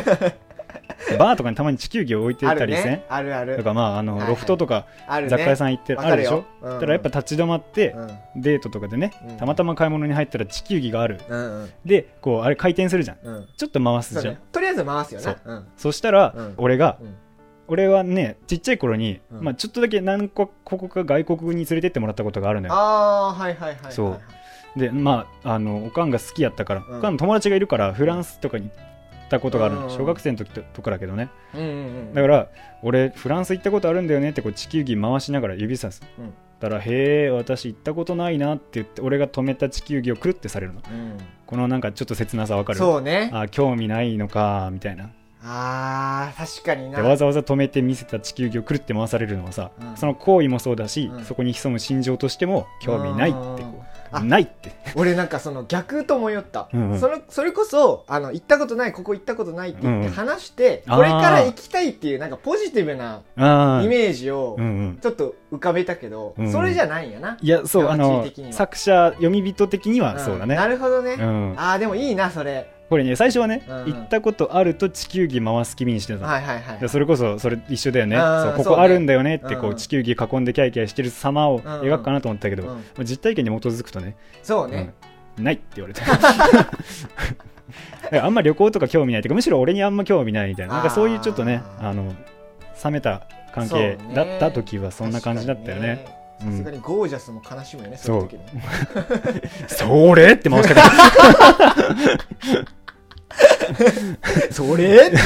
Speaker 2: バーとかにたまに地球儀を置いて
Speaker 1: ある
Speaker 2: たりせん、
Speaker 1: ねあるあ
Speaker 2: と
Speaker 1: る
Speaker 2: かまああの、
Speaker 1: はいはい
Speaker 2: ロフトとか
Speaker 1: あるね
Speaker 2: 雑貨屋さん行って
Speaker 1: わか
Speaker 2: あるでしょ、
Speaker 1: うんうん
Speaker 2: だからやっぱ立ち止まって、
Speaker 1: うん
Speaker 2: デートとかでね
Speaker 1: うん
Speaker 2: たまたま買い物に入ったら地球儀がある
Speaker 1: うんうん
Speaker 2: でこうあれ回転するじゃん
Speaker 1: うん
Speaker 2: ちょっと回す
Speaker 1: そう
Speaker 2: じゃん
Speaker 1: ねとりあえず回すよ
Speaker 2: そ
Speaker 1: ね
Speaker 2: う
Speaker 1: うん
Speaker 2: そしたら、
Speaker 1: うん
Speaker 2: 俺が、
Speaker 1: うん
Speaker 2: 俺はねちっちゃい頃に、
Speaker 1: うん
Speaker 2: まあ、ちょっとだけ何個ここか外国に連れてってもらったことがあるのよ
Speaker 1: ああーはいはいはいはい
Speaker 2: そうでまああのおかんが好きやったから、
Speaker 1: うん
Speaker 2: おかんの友達がいるからフランスとかに行ったことがある
Speaker 1: う
Speaker 2: の、
Speaker 1: ん
Speaker 2: 小学生の時ととかだけどね
Speaker 1: うんうんうん
Speaker 2: だから俺フランス行ったことあるんだよねってこう地球儀回しながら指さす、
Speaker 1: うん
Speaker 2: だから「へえ私行ったことないな」って言って俺が止めた地球儀をくるってされるの
Speaker 1: うん
Speaker 2: このなんかちょっと切なさわかる
Speaker 1: そうね
Speaker 2: あ興味ないのかみたいな
Speaker 1: あー確かにな
Speaker 2: でわざわざ止めて見せた地球儀をくるって回されるのはさ、
Speaker 1: うん
Speaker 2: その行為もそうだし、
Speaker 1: うん
Speaker 2: そこに潜む心情としても興味ないってこう
Speaker 1: あー
Speaker 2: ないって
Speaker 1: 俺なんかその逆と迷った
Speaker 2: うんうん
Speaker 1: それそれこそあの行ったことないここ行ったことないって言って
Speaker 2: うん
Speaker 1: 話して
Speaker 2: あー
Speaker 1: これから行きたいっていうなんかポジティブな
Speaker 2: あー
Speaker 1: イメージを
Speaker 2: うんうん
Speaker 1: ちょっと浮かべたけど
Speaker 2: うん
Speaker 1: それじゃないんやない
Speaker 2: やそうあの
Speaker 1: 世界的には
Speaker 2: 作者読み人的には
Speaker 1: ん
Speaker 2: そうだね、
Speaker 1: なるほど
Speaker 2: う
Speaker 1: ね
Speaker 2: ん、
Speaker 1: あーでもいいなそれ
Speaker 2: これね最初はね、
Speaker 1: うん
Speaker 2: 行ったことあると地球儀回す気味にしてたの、
Speaker 1: はいはいはい
Speaker 2: でそれこそそれ一緒だよね、
Speaker 1: うん
Speaker 2: そうこ
Speaker 1: そう
Speaker 2: こ
Speaker 1: ね
Speaker 2: あるんだよねってこ
Speaker 1: う
Speaker 2: うん地球儀囲んでキャイキャイしてる様を描くかなと思ったけど、
Speaker 1: う
Speaker 2: ま
Speaker 1: ん
Speaker 2: あ実体験に基づくとね
Speaker 1: そうね
Speaker 2: うんないって 言われただからあんま旅行とか興味ないというかむしろ俺にあんま興味ないみたいななんかそういうちょっとね
Speaker 1: あー
Speaker 2: あの冷めた関係
Speaker 1: そうね
Speaker 2: だった時はそんな感じだったよね
Speaker 1: 確かに
Speaker 2: うん
Speaker 1: さすがにゴージャスも悲しむよね
Speaker 2: そう
Speaker 1: そういう時ね
Speaker 2: それって回しかけ た
Speaker 1: それ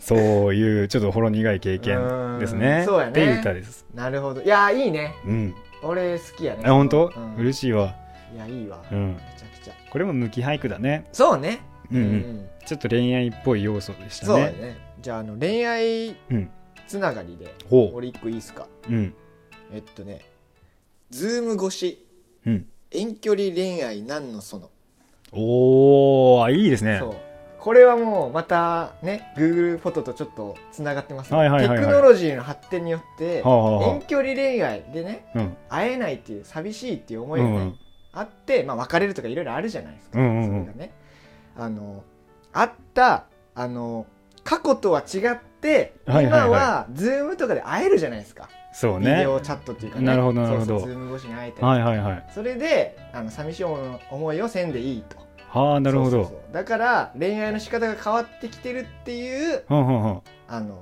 Speaker 2: そういうちょっとほろ苦い経験です
Speaker 1: う
Speaker 2: ね
Speaker 1: んそうやね
Speaker 2: っていう歌です
Speaker 1: なるほどいやーいいね
Speaker 2: うん
Speaker 1: 俺好きやね
Speaker 2: あ本当、
Speaker 1: うん
Speaker 2: 嬉しいわ
Speaker 1: いやいいわ
Speaker 2: う
Speaker 1: め
Speaker 2: ん
Speaker 1: ちゃくちゃ
Speaker 2: これも無機俳句だね
Speaker 1: そうね
Speaker 2: うんうん、ちょっと恋愛っぽい要素でした
Speaker 1: そうだ
Speaker 2: ね
Speaker 1: ねじゃああの恋愛
Speaker 2: うん
Speaker 1: つながりで
Speaker 2: ほ
Speaker 1: 俺一個いいっすか
Speaker 2: ううん
Speaker 1: えっとね
Speaker 3: ズーム越し
Speaker 2: うん
Speaker 3: 遠距離恋愛なんのその
Speaker 2: おーいいですね
Speaker 1: そうこれはもうまたね Google フォトとちょっとつながってますね
Speaker 2: はいはいはいはい
Speaker 1: テクノロジーの発展によって
Speaker 2: はあはあは
Speaker 1: 遠距離恋愛でね
Speaker 2: あうん
Speaker 1: 会えないっていう寂しいっていう思
Speaker 2: う
Speaker 1: いがね、
Speaker 2: んうん
Speaker 1: あって、まあ、別れるとかいろいろあるじゃないですか、
Speaker 2: うんうんうん
Speaker 1: それがねあのあったあの過去とは違って、
Speaker 2: はいはいはい
Speaker 1: 今は Zoom とかで会えるじゃないですか、
Speaker 2: そう
Speaker 1: ビデ
Speaker 2: ね
Speaker 1: オチャットっていうかね
Speaker 2: なるほどなるほど
Speaker 1: そうそう Zoom 越しに会えて、
Speaker 2: はいはいはい
Speaker 1: それであの寂しい思いをせんでいいと
Speaker 2: はあなるほ
Speaker 1: そう
Speaker 2: ど
Speaker 1: そうそうだから恋愛の仕方が変わってきてるっていう
Speaker 2: はんはんはん
Speaker 1: あの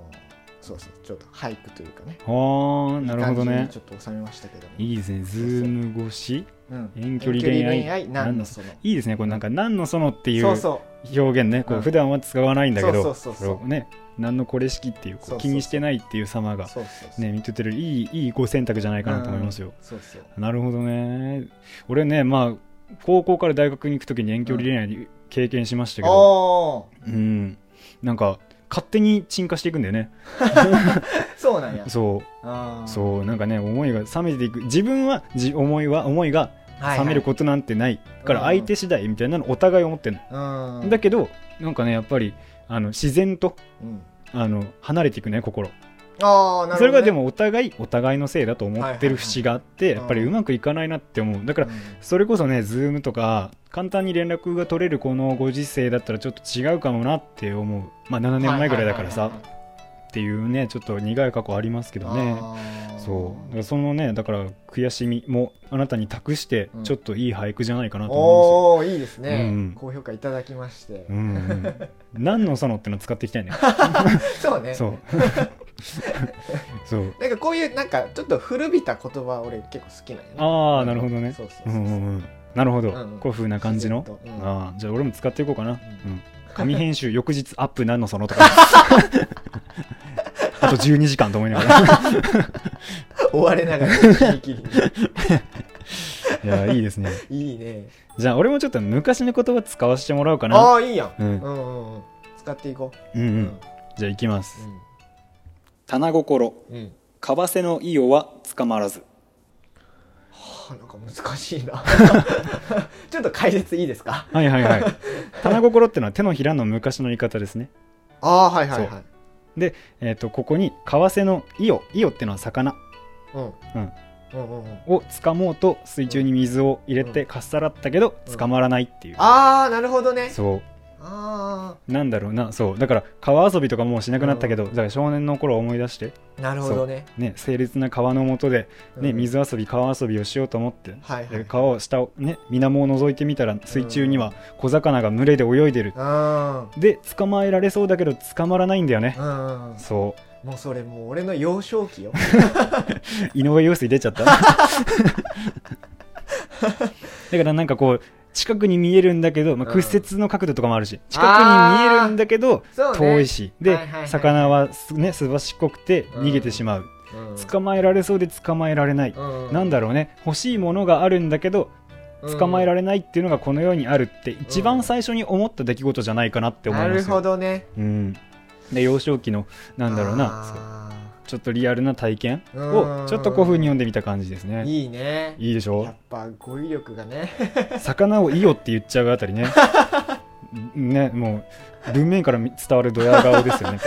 Speaker 1: そうそうちょっと俳句というかね
Speaker 2: はあなるほど
Speaker 1: いい感
Speaker 2: ね
Speaker 1: じにちょっと収めましたけども
Speaker 2: いいですねズーム越し
Speaker 1: うん
Speaker 2: 遠距離恋愛
Speaker 1: 遠距離なんのその
Speaker 2: いいですねこれなんか何のそのっていう
Speaker 1: そう
Speaker 2: 表
Speaker 1: そう
Speaker 2: 現ねこ
Speaker 1: う
Speaker 2: うん普段は使わないんだけ
Speaker 1: そ
Speaker 2: ど
Speaker 1: うそうそう
Speaker 2: そ
Speaker 1: そ
Speaker 2: れ
Speaker 1: う
Speaker 2: をね何のこれ式っていうこう
Speaker 1: そうそうそう
Speaker 2: 気にしてないっていう様が
Speaker 1: そうそうそう
Speaker 2: ね見ててるいいいいご選択じゃないかなと思いますよ
Speaker 1: そうそう
Speaker 2: なるほどね俺ねまあ高校から大学に行く時に遠距離恋愛経験しましたけど
Speaker 1: あ
Speaker 2: うんなんか勝手に沈下していくんだ よね
Speaker 1: あそうなんや
Speaker 2: そう
Speaker 1: あー
Speaker 2: そうなんかね思いが冷めていく自分はじ思いは思いが
Speaker 1: はい
Speaker 2: 冷めることなんてないから
Speaker 1: うん
Speaker 2: 相手次第みたいなのお互い思ってる
Speaker 1: うん
Speaker 2: だけどなんかねやっぱりあの自然と
Speaker 1: うん
Speaker 2: あの離れていくね心
Speaker 1: ああなるほど、ね、
Speaker 2: それがでもお互いお互いのせいだと思ってる
Speaker 1: はいはいはい
Speaker 2: 節があってやっぱり
Speaker 1: うん
Speaker 2: うまくいかないなって思うだから
Speaker 1: うん
Speaker 2: それこそね、ズームとか、簡単に連絡が取れるこのご時世だったらちょっと違うかもなって思う。まあ7年前ぐらいだから
Speaker 1: は
Speaker 2: さ
Speaker 1: いはい、はい
Speaker 2: っていうね、ちょっと苦い過去ありますけど
Speaker 1: はい
Speaker 2: ね。
Speaker 1: あー
Speaker 2: そう。だからそのね、だから悔しみもあなたに託して
Speaker 1: う、ん
Speaker 2: ちょっといい俳句じゃないかなと思
Speaker 1: おおいいですね、
Speaker 2: うん
Speaker 1: 高評価いただきまして、
Speaker 2: うんですよ。うん うん。何のそのっての使っていきたいね。
Speaker 1: そうね
Speaker 2: そう。 そう。
Speaker 1: なんかこういうなんかちょっと古びた言葉俺結構好きなんよね
Speaker 2: ああ、なるほどね。
Speaker 1: そうそうそううそうん
Speaker 2: うんうん。なるほど。
Speaker 1: うんうん
Speaker 2: こういう風な感じの
Speaker 1: 自。然とうん
Speaker 2: ああじゃあ俺も使っていこうかな、う
Speaker 1: うんん
Speaker 2: 紙編集翌日アップ何のそのとか あと12時間と思いながら
Speaker 1: 追われながら聞き切り
Speaker 2: いやいいですね
Speaker 1: にいいね
Speaker 2: じゃあ俺もちょっと昔の言葉使わせてもらおうかな
Speaker 1: ああーいいやん、
Speaker 2: う
Speaker 1: う
Speaker 2: ん
Speaker 1: んうんうん、使っていこ
Speaker 2: うんう
Speaker 1: う、
Speaker 2: んじゃあいきます
Speaker 1: う
Speaker 2: 棚心
Speaker 1: んうん
Speaker 2: かばせのいおはつかまらず
Speaker 1: はあなんか難しい なちょっと解説いいですか
Speaker 2: はいはいはい 棚心ってのは手のひらの昔の言い方ですね
Speaker 1: ああーはいはいはい
Speaker 2: えっ、とここにかわせのいおいおってのは魚
Speaker 1: うん
Speaker 2: うん
Speaker 1: うんうんうん
Speaker 2: をつかもうと水中に水を入れてかっさらったけど
Speaker 1: うん
Speaker 2: 捕まらないっていう、
Speaker 1: ああなるほどね
Speaker 2: そう
Speaker 1: あ
Speaker 2: なんだろうなそうだから川遊びとかもうしなくなったけど、
Speaker 1: うん
Speaker 2: だから少年の頃を思い出して
Speaker 1: あなるほどね
Speaker 2: ね清烈な川の下で、ね
Speaker 1: うん
Speaker 2: 水遊び川遊びをしようと思って、
Speaker 1: はいはい
Speaker 2: で川を下をね水面を覗いてみたら水中には小魚が群れで泳いでる、
Speaker 1: うん
Speaker 2: で捕まえられそうだけど捕まらないんだよね、
Speaker 1: うんうん
Speaker 2: そ
Speaker 1: もうそれもう俺の幼少期よ
Speaker 2: う井上陽水出ち ゃっただからなんかこう近くに見えるんだけど、まあ、
Speaker 1: うん
Speaker 2: 屈折の角度とかもあるし近くに見えるんだけど
Speaker 1: そうね
Speaker 2: 遠いし、で、
Speaker 1: はいはいはい
Speaker 2: 魚はすねすばしっこくて
Speaker 1: うん
Speaker 2: 逃げてしまう、
Speaker 1: うん
Speaker 2: 捕まえられそうで捕まえられない、
Speaker 1: う
Speaker 2: なんだろうね欲しいものがあるんだけど捕まえら
Speaker 1: れ
Speaker 2: れないっていうのがこの世にあるって一番最初に思った出来事じゃないかなって思い
Speaker 1: な
Speaker 2: ま
Speaker 1: る
Speaker 2: す
Speaker 1: ほ
Speaker 2: よ、
Speaker 1: どね
Speaker 2: うん、で幼少期のなんだろうなそう
Speaker 1: な
Speaker 2: ちょっとリアルな体験
Speaker 1: う
Speaker 2: を
Speaker 1: ん
Speaker 2: ちょっと古風に読んでみた感じですね
Speaker 1: いいね
Speaker 2: いいでしょ
Speaker 1: やっぱ語彙力がね
Speaker 2: 魚を「いよ」って言っちゃうあたり ねねもう文面から伝わるドヤ顔ですよね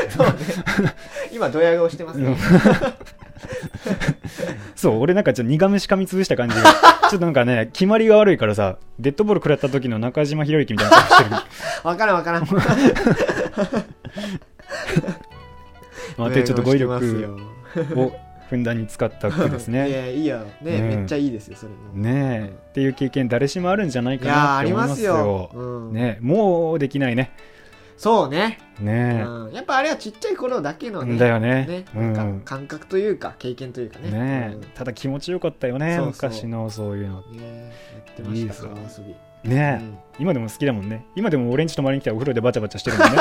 Speaker 1: 今ドヤ顔してます
Speaker 2: うん
Speaker 1: ね
Speaker 2: そう俺なんかちょっと苦虫噛みつぶした 感じがちょっとなんかね決まりが悪いからさデッドボール食らった時の中島博之みたいな顔してる、
Speaker 1: わからんわからん
Speaker 2: まあ、でちょっと語彙力
Speaker 1: ドヤ顔してますよ
Speaker 2: をふんだんに使った句です
Speaker 1: い
Speaker 2: ね
Speaker 1: やいいよね、
Speaker 2: うん
Speaker 1: めっちゃいいですよそれも
Speaker 2: ねえっていう経験誰しもあるんじゃない
Speaker 1: い
Speaker 2: か
Speaker 1: やー
Speaker 2: な
Speaker 1: あ
Speaker 2: って
Speaker 1: り
Speaker 2: 思い
Speaker 1: ま
Speaker 2: ますす
Speaker 1: よ
Speaker 2: よ、
Speaker 1: うん
Speaker 2: ねえもうできないね
Speaker 1: そうね、
Speaker 2: ね
Speaker 1: うん、やっぱあれはちっちゃい頃だけ
Speaker 2: え、
Speaker 1: のね
Speaker 2: だよね
Speaker 1: ね
Speaker 2: う
Speaker 1: なん
Speaker 2: ん
Speaker 1: か感覚というか経験というかね
Speaker 2: ねえ、
Speaker 1: うん
Speaker 2: ただ気持ちよかったよ
Speaker 1: そ
Speaker 2: ね
Speaker 1: うそう
Speaker 2: 昔のそういうの
Speaker 1: ねやって
Speaker 2: いいで
Speaker 1: まし
Speaker 2: す
Speaker 1: た
Speaker 2: よ
Speaker 1: 川遊び、
Speaker 2: ねえ、
Speaker 1: うん
Speaker 2: 今でも好きだもんね今でも俺んち泊まりに来たらお風呂でバチャバチャしてるもんね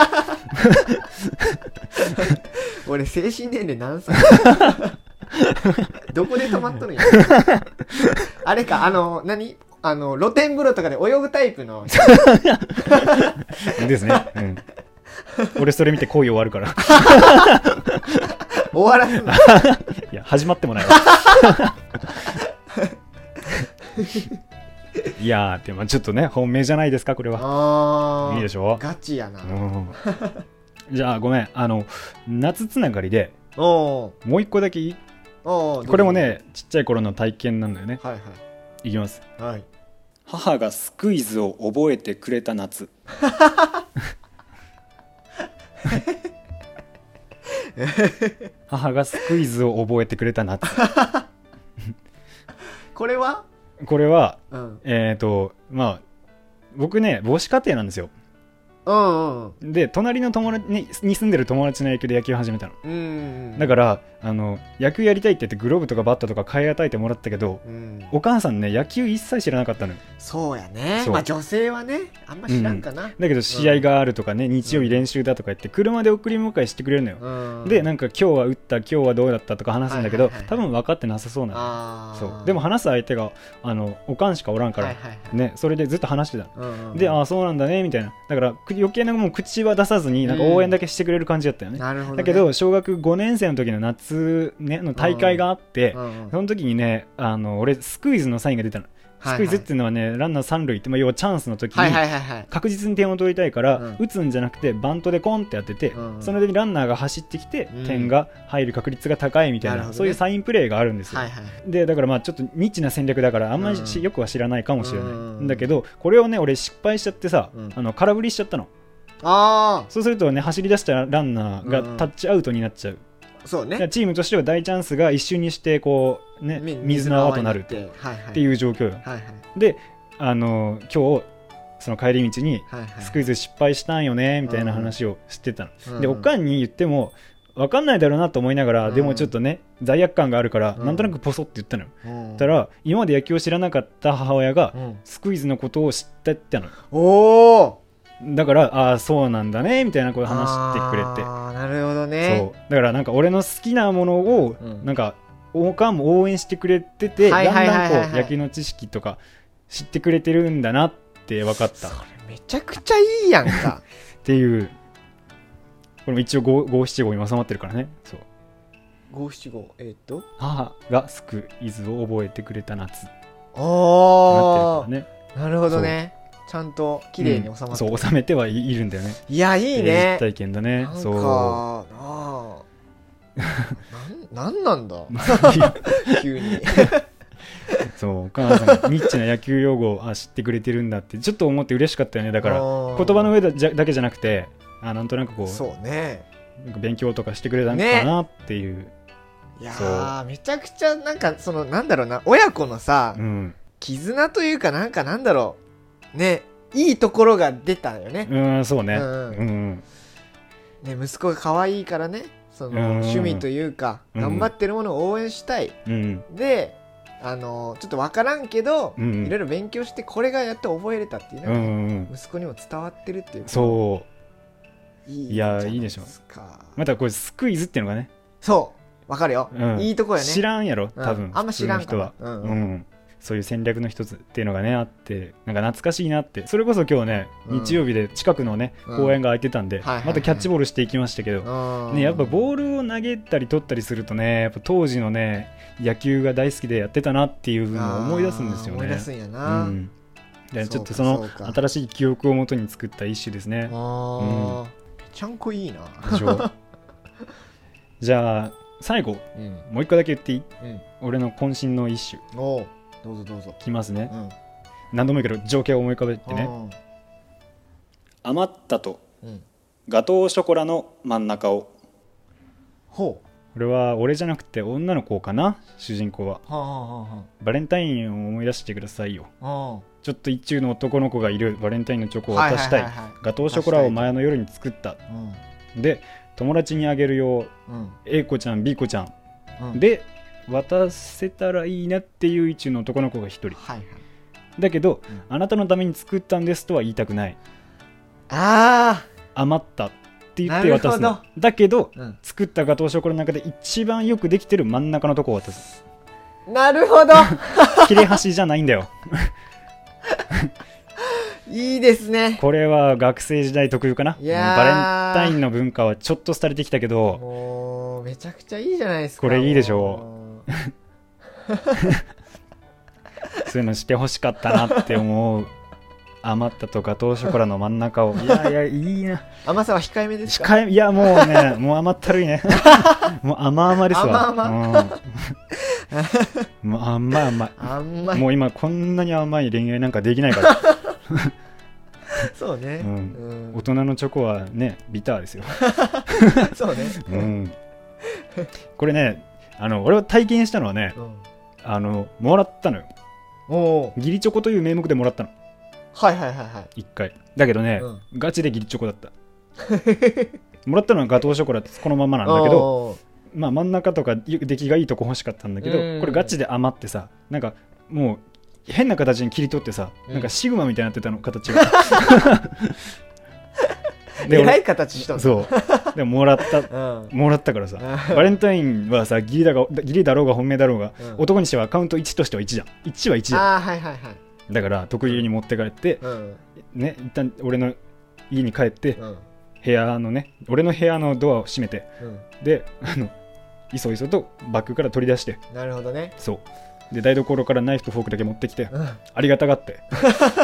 Speaker 1: 俺精神年齢何歳 どこで止まっとるんやあれかあの何あの露天風呂とかで泳ぐタイプの
Speaker 2: ですね、うん、俺それ見て恋終わるから
Speaker 1: 終わらすの
Speaker 2: いや始まって もないわいやーでもちょっとね本命じゃないですかこれは
Speaker 1: あー
Speaker 2: いいでしょ
Speaker 1: ガチやな、
Speaker 2: うんじゃあごめんあの夏つながりで
Speaker 1: おー
Speaker 2: もう一個だけいい
Speaker 1: おー
Speaker 2: これもねちっちゃい頃の体験なんだよね
Speaker 1: はいはい
Speaker 2: きます
Speaker 1: いはい
Speaker 2: 母がスクイズを覚えてくれ た夏母がスクイズを覚えてくれた夏
Speaker 1: これは
Speaker 2: これは
Speaker 1: うんうん
Speaker 2: えっ、と、まあ、僕ね、母子家庭なんですよ。
Speaker 1: うんうん
Speaker 2: で、隣の友達にに住んでる友達の影響で野球を始めたの。
Speaker 1: うん
Speaker 2: だ
Speaker 1: か
Speaker 2: から、あの、野球やりたいって言ってグローブとかバットとか買い与えてもらったけど、
Speaker 1: うん
Speaker 2: お母さんね、野球一切知らなかったのよ。
Speaker 1: そうやね
Speaker 2: そう
Speaker 1: まあ女性はねあんま知らんかな、
Speaker 2: だけど試合があるとかね、日曜日練習だとか言って車で送り迎えしてくれるのよ、
Speaker 1: うん
Speaker 2: でなんか今日は打った今日はどうだったとか話すんだけど、
Speaker 1: はいはいはい
Speaker 2: 多分分かってなさそうな
Speaker 1: あ
Speaker 2: の
Speaker 1: ー
Speaker 2: そうでも話す相手があのおかんしかおらんから、
Speaker 1: はいはいはい
Speaker 2: ね、それでずっと話してたの、
Speaker 1: うんうん
Speaker 2: でああそうなんだねみたいなだからく余計なもう口は出さずになんか応援だけしてくれる感じだったよね、
Speaker 1: なるほどね、
Speaker 2: だけど小学5年生の時の夏、ね、の大会があって、
Speaker 1: うんうん
Speaker 2: その時にねあの俺スクイズのサインが出たの、スクイズっていうのはねランナー三塁って、まあ、要はチャンスの時に、
Speaker 1: はいはいはいはい
Speaker 2: 確実に点を取りたいから、
Speaker 1: うん
Speaker 2: 打つんじゃなくてバントでコンって当てて、
Speaker 1: うん
Speaker 2: その時にランナーが走ってきて、
Speaker 1: うん
Speaker 2: 点が入る確率が高いみたい
Speaker 1: な
Speaker 2: な
Speaker 1: るほどね
Speaker 2: そういうサインプレーがあるんですよ、
Speaker 1: はいはい
Speaker 2: でだからまあちょっとニッチな戦略だからあんまりし、
Speaker 1: うん
Speaker 2: よくは知らないかもしれない、
Speaker 1: うん
Speaker 2: だけどこれをね俺失敗しちゃってさ、
Speaker 1: うん
Speaker 2: あの空振りしちゃったの
Speaker 1: あ
Speaker 2: そうするとね走り出したランナーが
Speaker 1: うん
Speaker 2: タッチアウトになっちゃう、
Speaker 1: あそう
Speaker 2: だから
Speaker 1: ね
Speaker 2: チームとしては大チャンスが一瞬にしてこうね
Speaker 1: み
Speaker 2: 水の泡となるっ
Speaker 1: 水の泡になってて
Speaker 2: い
Speaker 1: いう
Speaker 2: う状況よ
Speaker 1: はいはい
Speaker 2: であの今日その帰り道に
Speaker 1: はいはい
Speaker 2: スクイズ失敗したんよねみたいな話をしてたの、
Speaker 1: うん
Speaker 2: でおかんに言っても分かんないだろうなと思いながら、
Speaker 1: うん
Speaker 2: でもちょっとね罪悪感があるから、
Speaker 1: うん
Speaker 2: なんとなくポソって言ったのよ、
Speaker 1: うん
Speaker 2: たら今まで野球を知らなかった母親が、
Speaker 1: うん
Speaker 2: スクイズのことを知ってったの
Speaker 1: おお
Speaker 2: だからああそうなんだねみたいなこう話してくれて
Speaker 1: あーなるほど
Speaker 2: そ
Speaker 1: ね
Speaker 2: うだからなんか俺の好きなものを、
Speaker 1: うん
Speaker 2: なんかおかんも応援してくれてて、
Speaker 1: はいはいはいはいはい
Speaker 2: だんだんこう野球の知識とか知ってくれてるんだなって分かったっ
Speaker 1: めちゃくちゃいいやんか
Speaker 2: ていうこれも一応五五七五に収まってるからねそう
Speaker 1: 五七五えーっと
Speaker 2: 母がスクイズを覚えてくれた夏ってな
Speaker 1: あ
Speaker 2: って
Speaker 1: あ
Speaker 2: るからね
Speaker 1: なるほどねちゃんと綺麗に収まって
Speaker 2: うんそう収めてはいるんだよね
Speaker 1: いやいい
Speaker 2: えー
Speaker 1: ね
Speaker 2: 実体験だね
Speaker 1: なんか
Speaker 2: そ
Speaker 1: あーなんなんなん だ
Speaker 2: う
Speaker 1: 急に
Speaker 2: そうお母さんニッチな野球用語をあ知ってくれてるんだってちょっと思って嬉しかったよねだ から
Speaker 1: あ
Speaker 2: 言
Speaker 1: ー
Speaker 2: 葉の上だじゃだけじゃなくてあなんとなくこう
Speaker 1: そうね
Speaker 2: なんか勉強とかしてくれたの
Speaker 1: ね
Speaker 2: かなっていう、
Speaker 1: いや
Speaker 2: そ
Speaker 1: ーめちゃくちゃなんかそのなんだろうな親子のさ、
Speaker 2: うん
Speaker 1: 絆というかなんかなんだろうねいいところが出たよね,、
Speaker 2: うんそうねう
Speaker 1: うんん
Speaker 2: うん、
Speaker 1: ね息子が可愛いからねそ
Speaker 2: うん
Speaker 1: の趣味というか、
Speaker 2: うん
Speaker 1: 頑張ってるものを応援したい、
Speaker 2: うん
Speaker 1: であのちょっと分からんけど、
Speaker 2: うん
Speaker 1: いろいろ勉強してこれがやっと覚えれたっていう
Speaker 2: う
Speaker 1: の
Speaker 2: んう
Speaker 1: が、
Speaker 2: んうん
Speaker 1: 息子にも伝わってるっていう
Speaker 2: そう
Speaker 1: うい
Speaker 2: いや
Speaker 1: じゃない
Speaker 2: いでしょ
Speaker 1: すか
Speaker 2: またこれスクイズっていうのがね
Speaker 1: そう分かるよ、
Speaker 2: うん
Speaker 1: いいとこやね
Speaker 2: 知らんやろ
Speaker 1: うん
Speaker 2: 多分、
Speaker 1: あんま知らん
Speaker 2: 普通
Speaker 1: か
Speaker 2: の
Speaker 1: ら
Speaker 2: 人は、
Speaker 1: うん
Speaker 2: うんそういう戦略の一つっていうのがねあってなんか懐かしいなってそれこそ今日ね
Speaker 1: うん
Speaker 2: 日曜日で近くのね、
Speaker 1: うん
Speaker 2: 公園が空いてたんで、
Speaker 1: はいはいはい
Speaker 2: またキャッチボールしていきましたけど、
Speaker 1: うん
Speaker 2: ね、やっぱボールを投げたり取ったりするとねやっぱ当時のね野球が大好きでやってたなっていうのを思い出すんですよね。
Speaker 1: あー思い出すんや
Speaker 2: う
Speaker 1: な、
Speaker 2: ん、でちょっとそ
Speaker 1: そ
Speaker 2: の
Speaker 1: うかそうか
Speaker 2: 新しい記憶をもとに作った一種ですね。
Speaker 1: ああ、ちゃんこいいな。
Speaker 2: で しょじゃあ最後
Speaker 1: うん。
Speaker 2: もう一個だけ言っていい
Speaker 1: うん。
Speaker 2: 俺の渾身の一種
Speaker 1: おうどうぞどうぞ。
Speaker 2: きますね。
Speaker 1: うん。
Speaker 2: 何度も言うけど情景を思い浮かべてね余ったと
Speaker 1: うん。うん。
Speaker 2: ガトーショコラの真ん中を
Speaker 1: ほう。
Speaker 2: これは俺じゃなくて女の子かな主人公は
Speaker 1: はあは
Speaker 2: バレンタインを思い出してくださいよ
Speaker 1: あは
Speaker 2: ちょっと一中の男の子がいるバレンタインのチョコを
Speaker 1: あ。はい
Speaker 2: 渡したい,、
Speaker 1: はいはいは
Speaker 2: ガトーショコラを前の夜に作った
Speaker 1: いうん
Speaker 2: で友達にあげるよ
Speaker 1: うん。
Speaker 2: A 子ちゃん B 子ちゃん、
Speaker 1: うん。
Speaker 2: で渡せたらいいなっていう一中の男の子が一人
Speaker 1: はいはい。
Speaker 2: だけど、
Speaker 1: うん
Speaker 2: あなたのために作ったんですとは言いたくない
Speaker 1: あ
Speaker 2: 余ったって言って渡す
Speaker 1: なる
Speaker 2: の
Speaker 1: ほ
Speaker 2: だけど
Speaker 1: あ。うん。
Speaker 2: 作ったガトーショコラの中で一番よくできてる真ん中のとこを 渡す
Speaker 1: なる ほど。
Speaker 2: 切れ端じゃないんだよ
Speaker 1: いいですね。
Speaker 2: これは学生時代特有かな
Speaker 1: いうや
Speaker 2: ん
Speaker 1: ー
Speaker 2: バレンタインの文化はちょっと廃れてきたけど
Speaker 1: もうめちゃくちゃいいじゃないですか。
Speaker 2: これいいでしょ
Speaker 1: もう。
Speaker 2: そういうのしてほしかったなって思う 余ったとガトーショコラの真ん中をいやいやいいな
Speaker 1: 甘さは控えめですか。
Speaker 2: 控えいやもうね もう甘ったるいねもう甘々ですわ
Speaker 1: 甘
Speaker 2: うん もう甘々
Speaker 1: あんまり
Speaker 2: もう今こんなに甘い恋愛なんかできない から
Speaker 1: そうね。
Speaker 2: う
Speaker 1: うん
Speaker 2: 大
Speaker 1: ん。
Speaker 2: 人のチョコはねビターですよ、
Speaker 1: そうね。
Speaker 2: う。ん、これねあの俺は体験したのはね
Speaker 1: うん。
Speaker 2: あのもらったのよ
Speaker 1: おう
Speaker 2: 義理チョコという名目でもらったの
Speaker 1: はいはいはいはい。
Speaker 2: 一回だけどね、
Speaker 1: うん
Speaker 2: ガチで義理チョコだったもらったのはガトーショコラってこのまんまなんだけど、
Speaker 1: おう
Speaker 2: まあ、真ん中とか出来がいいとこ欲しかったんだけど
Speaker 1: うん
Speaker 2: これガチで余ってさなんかもう変な形に切り取ってさ、
Speaker 1: うん
Speaker 2: なんかシグマみたいになってたの形が
Speaker 1: え
Speaker 2: で
Speaker 1: ら
Speaker 2: 俺
Speaker 1: い形したの
Speaker 2: そうでももらった
Speaker 1: うん
Speaker 2: もらったからさ
Speaker 1: あ
Speaker 2: バレンタインはさ義理だが義理だろうが本命だろうが、
Speaker 1: うん
Speaker 2: 男にしてはアカウント1としては1じゃん1は1じゃん
Speaker 1: あーはいはいはい
Speaker 2: だから得意に持って帰って
Speaker 1: うん
Speaker 2: ね一旦俺の家に帰って
Speaker 1: うん
Speaker 2: 部屋のね俺の部屋のドアを閉めて
Speaker 1: うん
Speaker 2: であのいそいそとバッグから取り出して
Speaker 1: なるほどね
Speaker 2: そうで台所からナイフとフォークだけ持ってきて
Speaker 1: うん
Speaker 2: ありがたがって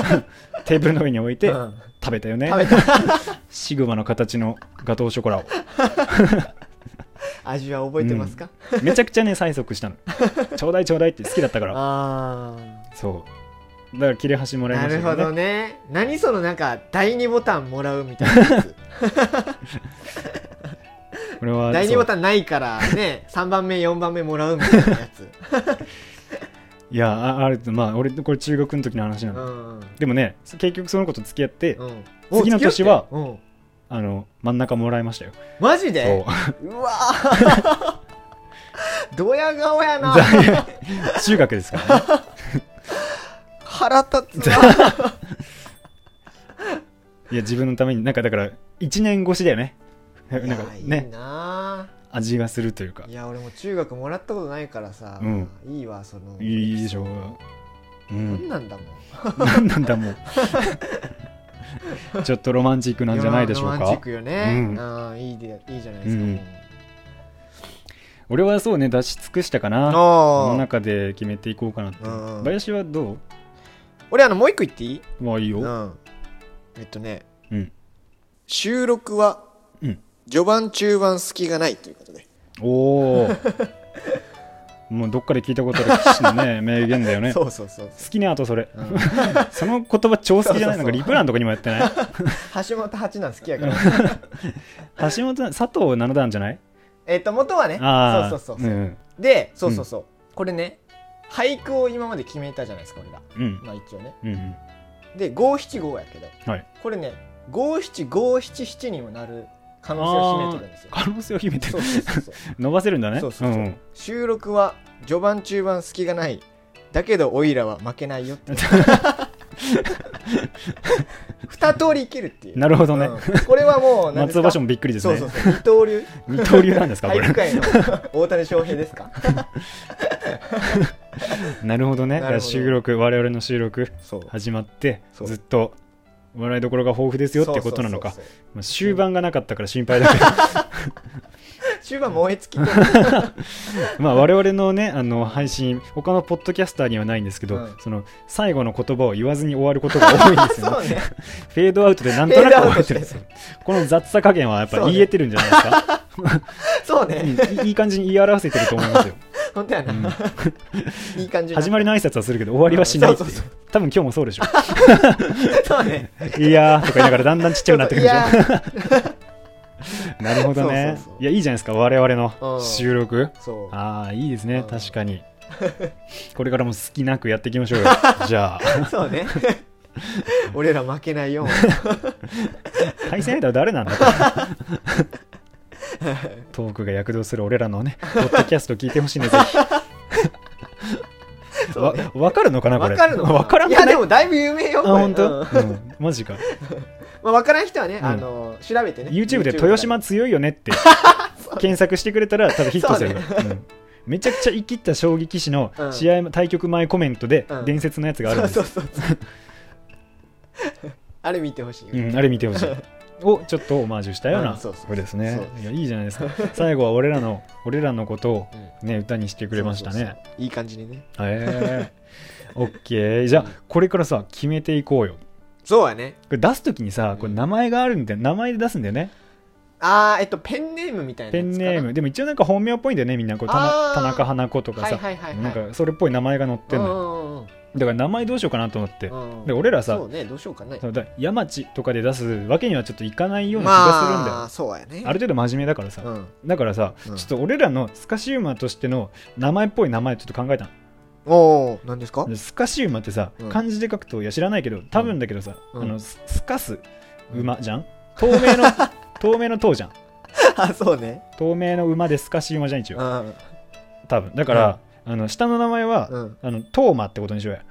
Speaker 2: テーブルの上に置いて
Speaker 1: うん
Speaker 2: 食べたよね
Speaker 1: 食べた
Speaker 2: シグマの形のガトーショコラ を
Speaker 1: 味は覚えてますか
Speaker 2: めちゃくちゃね催促したのちょうだいちょうだいって好きだったから
Speaker 1: ああ
Speaker 2: そうだから切れ端もらいま
Speaker 1: な
Speaker 2: し
Speaker 1: る
Speaker 2: た
Speaker 1: ほ
Speaker 2: けど
Speaker 1: ど
Speaker 2: ね
Speaker 1: ね何そのなんか第2ボタンもらうみたいな やつ
Speaker 2: これは
Speaker 1: 第2
Speaker 2: そう
Speaker 1: ボタンないからね3番目4番目もらうみたいなやつ
Speaker 2: いやああるまあ俺これ中学の時の話な
Speaker 1: う
Speaker 2: の、
Speaker 1: ん
Speaker 2: でもね結局その子と付き合って、
Speaker 1: うん
Speaker 2: 次の年は
Speaker 1: お付き合ってうん
Speaker 2: あの真ん中もらいましたよ
Speaker 1: マジ
Speaker 2: そう
Speaker 1: でうわー ドヤ顔やな
Speaker 2: 中学ですからね
Speaker 1: 腹立つわ
Speaker 2: いや自分のためになんかだから1年越しだよねなんか
Speaker 1: いやいい
Speaker 2: ね
Speaker 1: な
Speaker 2: 味がするというか
Speaker 1: いや俺も中学もらったことないからさ、
Speaker 2: うん
Speaker 1: いいわその
Speaker 2: いいでしょうう
Speaker 1: そ
Speaker 2: ん
Speaker 1: んなんだもん
Speaker 2: 何なんだもう ちょっとロマンチックなんじゃないでしょう
Speaker 1: ロマンチ
Speaker 2: か
Speaker 1: ックよね、
Speaker 2: うん
Speaker 1: あーいいでいいじゃないですか、
Speaker 2: うん
Speaker 1: もう
Speaker 2: 俺はそうね出し尽くしたかなこの
Speaker 1: あー
Speaker 2: 中で決めていこうかなって
Speaker 1: うんうん
Speaker 2: 林はど
Speaker 1: 俺あのもう一個言っていいう
Speaker 2: まあいいよ
Speaker 1: ん、えっとね
Speaker 2: うん
Speaker 3: 収録は
Speaker 2: うん
Speaker 3: 序盤中盤隙がないということで
Speaker 2: おお もうどっかで聞いたことある騎士のね名言だよ ね
Speaker 1: そ
Speaker 2: 好
Speaker 1: うそうそう、
Speaker 2: きねあとそれ
Speaker 1: うん
Speaker 2: その言葉
Speaker 1: そう
Speaker 2: 超好きじゃない
Speaker 1: そうそ
Speaker 2: な
Speaker 1: うん
Speaker 2: かリプランとかにもやってない
Speaker 1: 橋本八段好きやから
Speaker 2: 橋本佐藤七段じゃない
Speaker 1: えっと元はね
Speaker 2: ああ
Speaker 1: そうそうそうそう、
Speaker 2: ん
Speaker 1: でそうそうそう、これね俳句を今まで決めたじゃないですか俺が
Speaker 2: うん
Speaker 1: まあ一応ね
Speaker 2: うんうん
Speaker 1: で五七五やけど、
Speaker 2: はい
Speaker 1: これね五七五七七にもなる可能性を秘めてるんですよ
Speaker 2: 可能性を秘めて
Speaker 1: そ
Speaker 2: る
Speaker 1: うそうそうそう
Speaker 2: 伸ばせるんだね
Speaker 1: そうそうそうん収録は序盤中盤隙がないだけどおいらは負けないよって 二通りいけるっていう
Speaker 2: なるほどね、
Speaker 1: うんこれはもう何ですか
Speaker 2: 松尾芭蕉もびっくりです
Speaker 1: そ
Speaker 2: ね
Speaker 1: うそうそう二刀流
Speaker 2: 二刀流なんですかこ
Speaker 1: 体
Speaker 2: れ
Speaker 1: 育界の大谷翔平ですか
Speaker 2: なるほどね
Speaker 1: なるほど
Speaker 2: 収録我々の収録
Speaker 1: そう
Speaker 2: 始まって
Speaker 1: そう
Speaker 2: ずっと笑いどころが豊富ですよってことなのか
Speaker 1: そうそうそう
Speaker 2: まあ終盤がなかったから心配だけど
Speaker 1: そう終盤燃え尽き てる
Speaker 2: まあ我々のねあの配信他のポッドキャスターにはないんですけど、
Speaker 1: うん
Speaker 2: その最後の言葉を言わずに終わることが多いんですよ
Speaker 1: そう
Speaker 2: ね
Speaker 1: ね
Speaker 2: フェードアウトでなん
Speaker 1: フ
Speaker 2: と
Speaker 1: ェ
Speaker 2: な
Speaker 1: ー
Speaker 2: く
Speaker 1: ド
Speaker 2: 終
Speaker 1: アウ
Speaker 2: わ
Speaker 1: ト
Speaker 2: っ
Speaker 1: して
Speaker 2: る
Speaker 1: て
Speaker 2: この雑さ加減はやっぱ
Speaker 1: そうね
Speaker 2: 言えてるんじゃないですか
Speaker 1: そう
Speaker 2: う
Speaker 1: ね
Speaker 2: んいいいい感じに言い表せてると思いま すよ、
Speaker 1: 本当や
Speaker 2: う
Speaker 1: な、
Speaker 2: ん
Speaker 1: いい感じ
Speaker 2: 始まり
Speaker 1: の
Speaker 2: の挨拶はするけど終わりはしないっていう,、
Speaker 1: そうそう
Speaker 2: 多分今日もそうでしょ
Speaker 1: そうね
Speaker 2: いやーとか言いながらだんだんちっちゃくなってくるでし
Speaker 1: ちょっといや
Speaker 2: ょなるほどね
Speaker 1: そうそうそう
Speaker 2: いやいいじゃないですか我々
Speaker 1: う
Speaker 2: の
Speaker 1: ん
Speaker 2: 収録
Speaker 1: そう
Speaker 2: ああいいです
Speaker 1: う
Speaker 2: ね
Speaker 1: ん
Speaker 2: 確かにこれからも好きなくやっていき ましょうよじ ゃあ
Speaker 1: そう ね俺ら負けないよ
Speaker 2: 対戦相手は誰なんだとトークが躍動する俺らのねポッドキャスト聞いてほしいねぜひ
Speaker 1: そう
Speaker 2: わ
Speaker 1: ね
Speaker 2: 分かるのかなこれ
Speaker 1: 分かる のかな
Speaker 2: 分からん
Speaker 1: い
Speaker 2: か
Speaker 1: や
Speaker 2: ね
Speaker 1: でもだいぶ有名よ
Speaker 2: あ
Speaker 1: これ
Speaker 2: 本当、
Speaker 1: うん
Speaker 2: うんマジか
Speaker 1: まあ、分からん人はね、
Speaker 2: ん
Speaker 1: あの調べてね
Speaker 2: YouTube で
Speaker 1: とか
Speaker 2: 豊島強いよねって 検索してくれたら多分ヒットするよ、うんめちゃくちゃ生きった将棋棋士の
Speaker 1: うん
Speaker 2: 試合、対局前コメントで
Speaker 1: うん
Speaker 2: 伝説のやつがあるんです
Speaker 1: そう
Speaker 2: よ、
Speaker 1: そうそうそう あれ見てほしいよ、
Speaker 2: うんあれ見て ほしいをちょっとオマージュしたよう
Speaker 1: う
Speaker 2: なん
Speaker 1: そうそう
Speaker 2: これですね
Speaker 1: そう
Speaker 2: いやいいじゃないですか最後は俺らの俺らのことを、ね、歌にしてくれました
Speaker 1: そうそう
Speaker 2: ね
Speaker 1: そういい感じにね
Speaker 2: へえ オッケーじゃあこれからさ決めていこうよこ
Speaker 1: そうやね
Speaker 2: れ出す時にさこれ名前があるみたいな名前で出すんだよね
Speaker 1: あーえっとペンネームみたいな
Speaker 2: ペ
Speaker 1: やつ
Speaker 2: ン
Speaker 1: かな
Speaker 2: ネームでも一応なんか本名っぽいんだよねみんなこう田中
Speaker 1: あー
Speaker 2: 田中花子とか
Speaker 1: はい
Speaker 2: さ
Speaker 1: はいはいはい
Speaker 2: なんかそれっぽい名前が載ってんのよ
Speaker 1: うん
Speaker 2: だから名前どうしようかなと思って
Speaker 1: うんうん
Speaker 2: で俺らさ
Speaker 1: そうねどうしようかね
Speaker 2: そうだ山地とかで出すわけにはちょっといかないような気がするんだよ
Speaker 1: まあそうやね
Speaker 2: ある程度真面目だからさ
Speaker 1: うん
Speaker 2: だからさち
Speaker 1: うん
Speaker 2: ょっと俺らのスカシウマとしての名前っぽい名前ちょっと考えた
Speaker 1: おお何ですか
Speaker 2: のスカシウマってさ
Speaker 1: うん
Speaker 2: 漢字で書くといや知らないけど多分だけどさあ
Speaker 1: うん
Speaker 2: のススカす馬じゃん透明の 透明の塔じゃん
Speaker 1: あそうね
Speaker 2: 透明の馬でスカシウマじゃん一
Speaker 1: う
Speaker 2: 応
Speaker 1: ん
Speaker 2: 多分だからあの下の名前は、
Speaker 1: うん
Speaker 2: あのトーマってことにしよ うや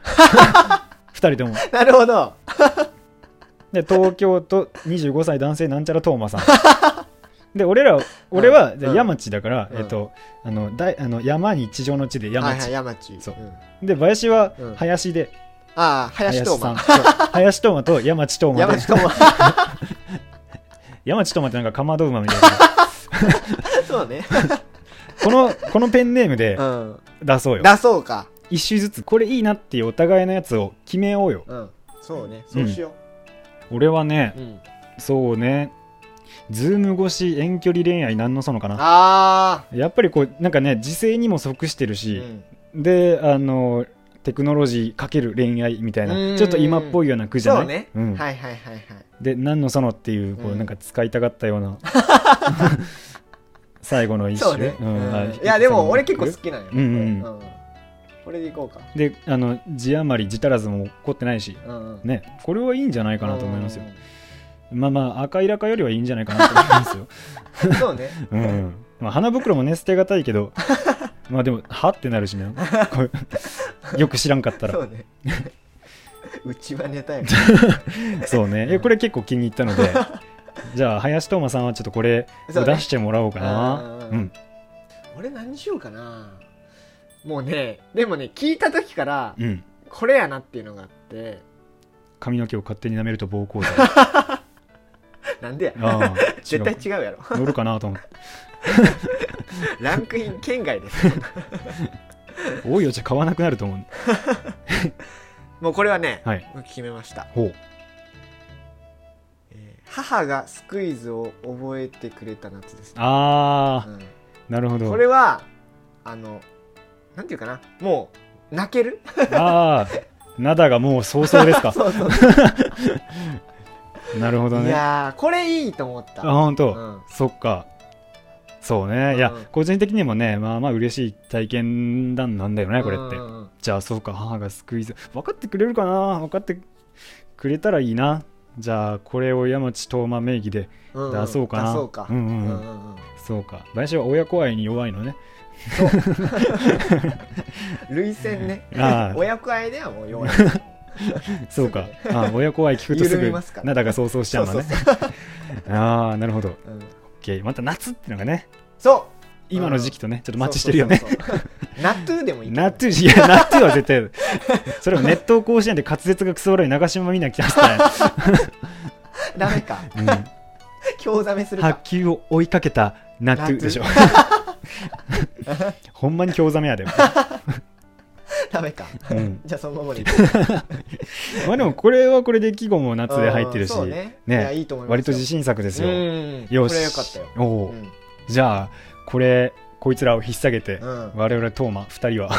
Speaker 2: 二人とも
Speaker 1: なるほど
Speaker 2: で東京都25歳男性なんちゃらトー マさんで俺ら俺は、
Speaker 1: うん
Speaker 2: じゃあ山地だから、
Speaker 1: うん
Speaker 2: えっとあのだいあの山に地上の地で山地、
Speaker 1: はいはい山地
Speaker 2: そうんで林は
Speaker 1: うん
Speaker 2: 林で、
Speaker 1: ああ林
Speaker 2: 林
Speaker 1: 斗
Speaker 2: さん
Speaker 1: 真
Speaker 2: そう林トーマと山地トーマ
Speaker 1: 山
Speaker 2: で
Speaker 1: 地斗真
Speaker 2: 山地トーマってなんかかまど馬みたいな
Speaker 1: そうね
Speaker 2: このこのペンネームで
Speaker 1: うん
Speaker 2: 出そうよ
Speaker 1: 出そうか
Speaker 2: 一周ずつこれいいなっていうお互いのやつを決めようよ
Speaker 1: うんそうねそうしよ
Speaker 2: 俺はね
Speaker 1: ううん
Speaker 2: そうねズーム越し遠距離恋愛なんのそのかな
Speaker 1: あ
Speaker 2: やっぱりこうなんかね時勢にも即してる
Speaker 1: あう
Speaker 2: し、
Speaker 1: ん
Speaker 2: であのテクノロジーかける恋愛みたい
Speaker 1: うん
Speaker 2: なちょっと今っぽいような句じゃない
Speaker 1: そうね
Speaker 2: ん
Speaker 1: はいはいはいはい
Speaker 2: で「何のその」っていうこ
Speaker 1: う
Speaker 2: うんなんか使いたかったような、 最後の一
Speaker 1: そ
Speaker 2: 首
Speaker 1: うね、
Speaker 2: うん
Speaker 1: うん
Speaker 2: はい
Speaker 1: いやでも俺結構好きなんよ、
Speaker 2: うんうん
Speaker 1: うんこれでいこうか、
Speaker 2: であの字余り字足らずも起こってないし
Speaker 1: うんうん、
Speaker 2: ねこれはいいんじゃないかなと思いますよ
Speaker 1: うん
Speaker 2: まあまあ赤いラカよりはいいんじゃないかなと思いますよ、
Speaker 1: そう ね
Speaker 2: うんまあ、花袋もね捨てがたいけど まあでもはってなるしねこれよく知らんかったら
Speaker 1: そうね うちはネタや
Speaker 2: そうね。いやこれ結構気に入った ので、じゃあ、林斗真さんはちょっとこれ を
Speaker 1: そうね
Speaker 2: 出してもらおうかな。
Speaker 1: うん
Speaker 2: う
Speaker 1: うんうん
Speaker 2: ん。
Speaker 1: 俺何しようかなもうねでもね聞いた時から
Speaker 2: うん。
Speaker 1: これやなっていうのがあって
Speaker 2: 髪の毛を勝手に舐めると 暴行罪。
Speaker 1: なんでや
Speaker 2: ああ、違
Speaker 1: 絶対
Speaker 2: う。
Speaker 1: 違うやろ
Speaker 2: 乗るかなと思って。
Speaker 1: ランクイン圏外です
Speaker 2: 多いお茶買わなくなると思う。
Speaker 1: もうこれはね、
Speaker 2: はい。
Speaker 1: 僕決めました、
Speaker 2: ほう。
Speaker 1: えー母がスクイズを覚えてくれた夏です、ね
Speaker 2: ああ、
Speaker 1: うん
Speaker 2: なるほど
Speaker 1: こ。れはあのなんていうかなもう泣ける
Speaker 2: ああ、灘がもう早々ですか。
Speaker 1: そうそう
Speaker 2: なるほど
Speaker 1: い
Speaker 2: ね。あ、
Speaker 1: やーこれいいと思った
Speaker 2: ほん
Speaker 1: う
Speaker 2: と。
Speaker 1: ん
Speaker 2: そっか。そうね。いうや
Speaker 1: ん、
Speaker 2: 個人的にもね、まあまあ嬉しい体験談なんだよね、これって
Speaker 1: う。んうん
Speaker 2: じゃあそうか母がスクイズ分かってくれるかな分かってくれたらいいなじゃあこれを山地東馬名義で
Speaker 1: うんうん
Speaker 2: 出そうかな、
Speaker 1: 出そうか
Speaker 2: うんうんう
Speaker 1: う
Speaker 2: ん
Speaker 1: んうんうん
Speaker 2: そうか林は親子愛に弱いのね
Speaker 1: 涙腺ね
Speaker 2: ああ
Speaker 1: 親子愛ではもう 弱い
Speaker 2: そうかああ親子愛聞くとす
Speaker 1: 緩み
Speaker 2: ぐ
Speaker 1: ますから
Speaker 2: 灘が想像しちゃうのね
Speaker 1: そう
Speaker 2: ああなるほど
Speaker 1: うん
Speaker 2: OK また夏ってのがね
Speaker 1: そう
Speaker 2: 今の時期とねちょっとマッチしてるよね
Speaker 1: そうそうそうそうナトゥーでもいい
Speaker 2: 夏い や夏は絶対それを熱湯甲子園で滑舌がクソ悪い長島みな来たした
Speaker 1: ダメ か
Speaker 2: ね、
Speaker 1: 興ざめす
Speaker 2: うん、
Speaker 1: るか
Speaker 2: 白球を追いかけた夏でしょ ほんまに興ざめや で
Speaker 1: ダメか
Speaker 2: うん
Speaker 1: じゃあそのままで
Speaker 2: まあでもこれはこれで季語も夏で入ってるし、
Speaker 1: そう
Speaker 2: ね
Speaker 1: ねいやいいと思いますよ
Speaker 2: 割と自信作ですよ。
Speaker 1: うん
Speaker 2: よし。
Speaker 1: これよかったよ
Speaker 2: おお、
Speaker 1: うん
Speaker 2: じゃあ、これ、こいつらを引っ提げて、
Speaker 1: うん
Speaker 2: 我々トーマ2人 は、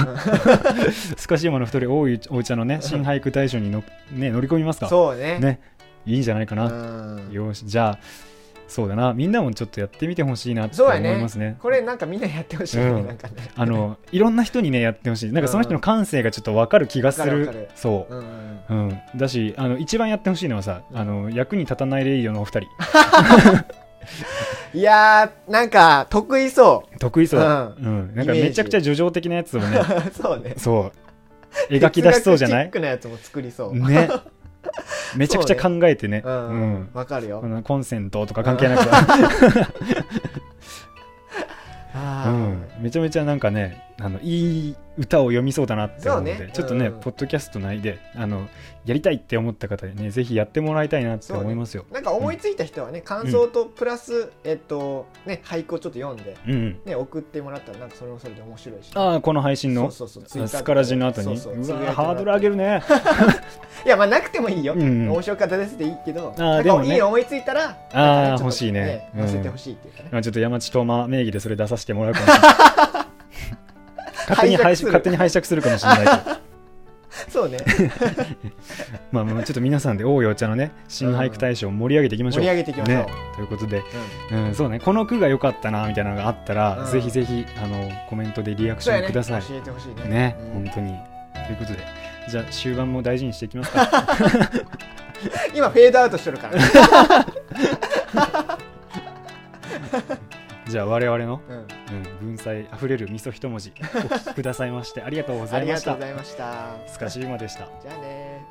Speaker 2: スカシウマの2人、大いお茶のね、新俳句大賞にの、ね、乗り込みますか。
Speaker 1: そうね
Speaker 2: ね。いいんじゃないか
Speaker 1: う
Speaker 2: な。
Speaker 1: ん
Speaker 2: よし、じゃあ、そうだな、みんなもちょっとやってみてほしいなって思いますね。
Speaker 1: これなんかみんなやってほしいね
Speaker 2: うん
Speaker 1: なんかね
Speaker 2: あのいろんな人にねやってほしいなんかその人の感性がちょっと分かる気がす
Speaker 1: うん
Speaker 2: る、
Speaker 1: わかるわか
Speaker 2: そう
Speaker 1: うんうん
Speaker 2: うん、だしあの一番やってほしいのはさ、
Speaker 1: うん
Speaker 2: あの役に立たないレイディオのお二人
Speaker 1: いやーなんか得意そ
Speaker 2: 得意そう、
Speaker 1: う
Speaker 2: うんなんか
Speaker 1: イメージ
Speaker 2: めちゃくちゃ叙情的なやつを ね
Speaker 1: うそうね
Speaker 2: そう描き出しそうじゃ
Speaker 1: 哲学
Speaker 2: な
Speaker 1: チッ
Speaker 2: い
Speaker 1: クなやつも作りそう
Speaker 2: ねめちゃくちゃ考えてね
Speaker 1: う
Speaker 2: うんん
Speaker 1: うんわかるよ
Speaker 2: このコンセントとか関係なく、う
Speaker 1: あ
Speaker 2: ん、めちゃめちゃなんかねあのいい歌を読みそうだなって思うので
Speaker 1: そうね
Speaker 2: ちょっとね、
Speaker 1: うん
Speaker 2: ポッドキャスト内であのやりたいって思った方にねぜひやってもらいたいなって思いますよ
Speaker 1: ー。なんか思いついた人はね感想とプラスえっとね俳句をちょっと読んで
Speaker 2: うんうん
Speaker 1: ね送ってもらったらなんかそれもそれで面白いし
Speaker 2: ああこの配信の
Speaker 1: そうそうそう
Speaker 2: あスカラジの後に
Speaker 1: そううそう
Speaker 2: わーハードル上げ るね
Speaker 1: いやまあなくてもいいよ
Speaker 2: うんうん
Speaker 1: 面白かったですでいいけど
Speaker 2: ー
Speaker 1: なん
Speaker 2: で
Speaker 1: か
Speaker 2: もね
Speaker 1: いいの思いついたら
Speaker 2: あー
Speaker 1: なんかちょっと
Speaker 2: 欲しいねうん
Speaker 1: 載せてほしいっていうかね
Speaker 2: まあちょっと山地東馬名義でそれ出させてもらうかもしれない 勝手に
Speaker 1: 拝借す
Speaker 2: 拝 借
Speaker 1: る
Speaker 2: 勝手に拝借するかもしれないけ ど
Speaker 1: そうね
Speaker 2: まあもうちょっと皆さんで大いお茶のね新俳句大賞を盛り上げていきましょう
Speaker 1: 盛り上げていきましょう
Speaker 2: ねということで、うん、そうねこの句が良かったなみたいなのがあったら、
Speaker 1: うん
Speaker 2: ぜひぜひあのコメントでリアクシ
Speaker 1: そうや
Speaker 2: ョ
Speaker 1: ね
Speaker 2: ンください
Speaker 1: 教えてほしいね
Speaker 2: ね
Speaker 1: うん
Speaker 2: 本当にということでじゃあ終盤も大事にしていきますか
Speaker 1: 今フェードアウトしてる からね
Speaker 2: じゃあ我々の
Speaker 1: うん
Speaker 2: えうん、文才あふれる味噌一文字お聞きくださいましてありがとうござ
Speaker 1: あり
Speaker 2: いま
Speaker 1: が
Speaker 2: し
Speaker 1: とう
Speaker 2: た
Speaker 1: ございました
Speaker 2: スカシウマでした
Speaker 1: じゃあね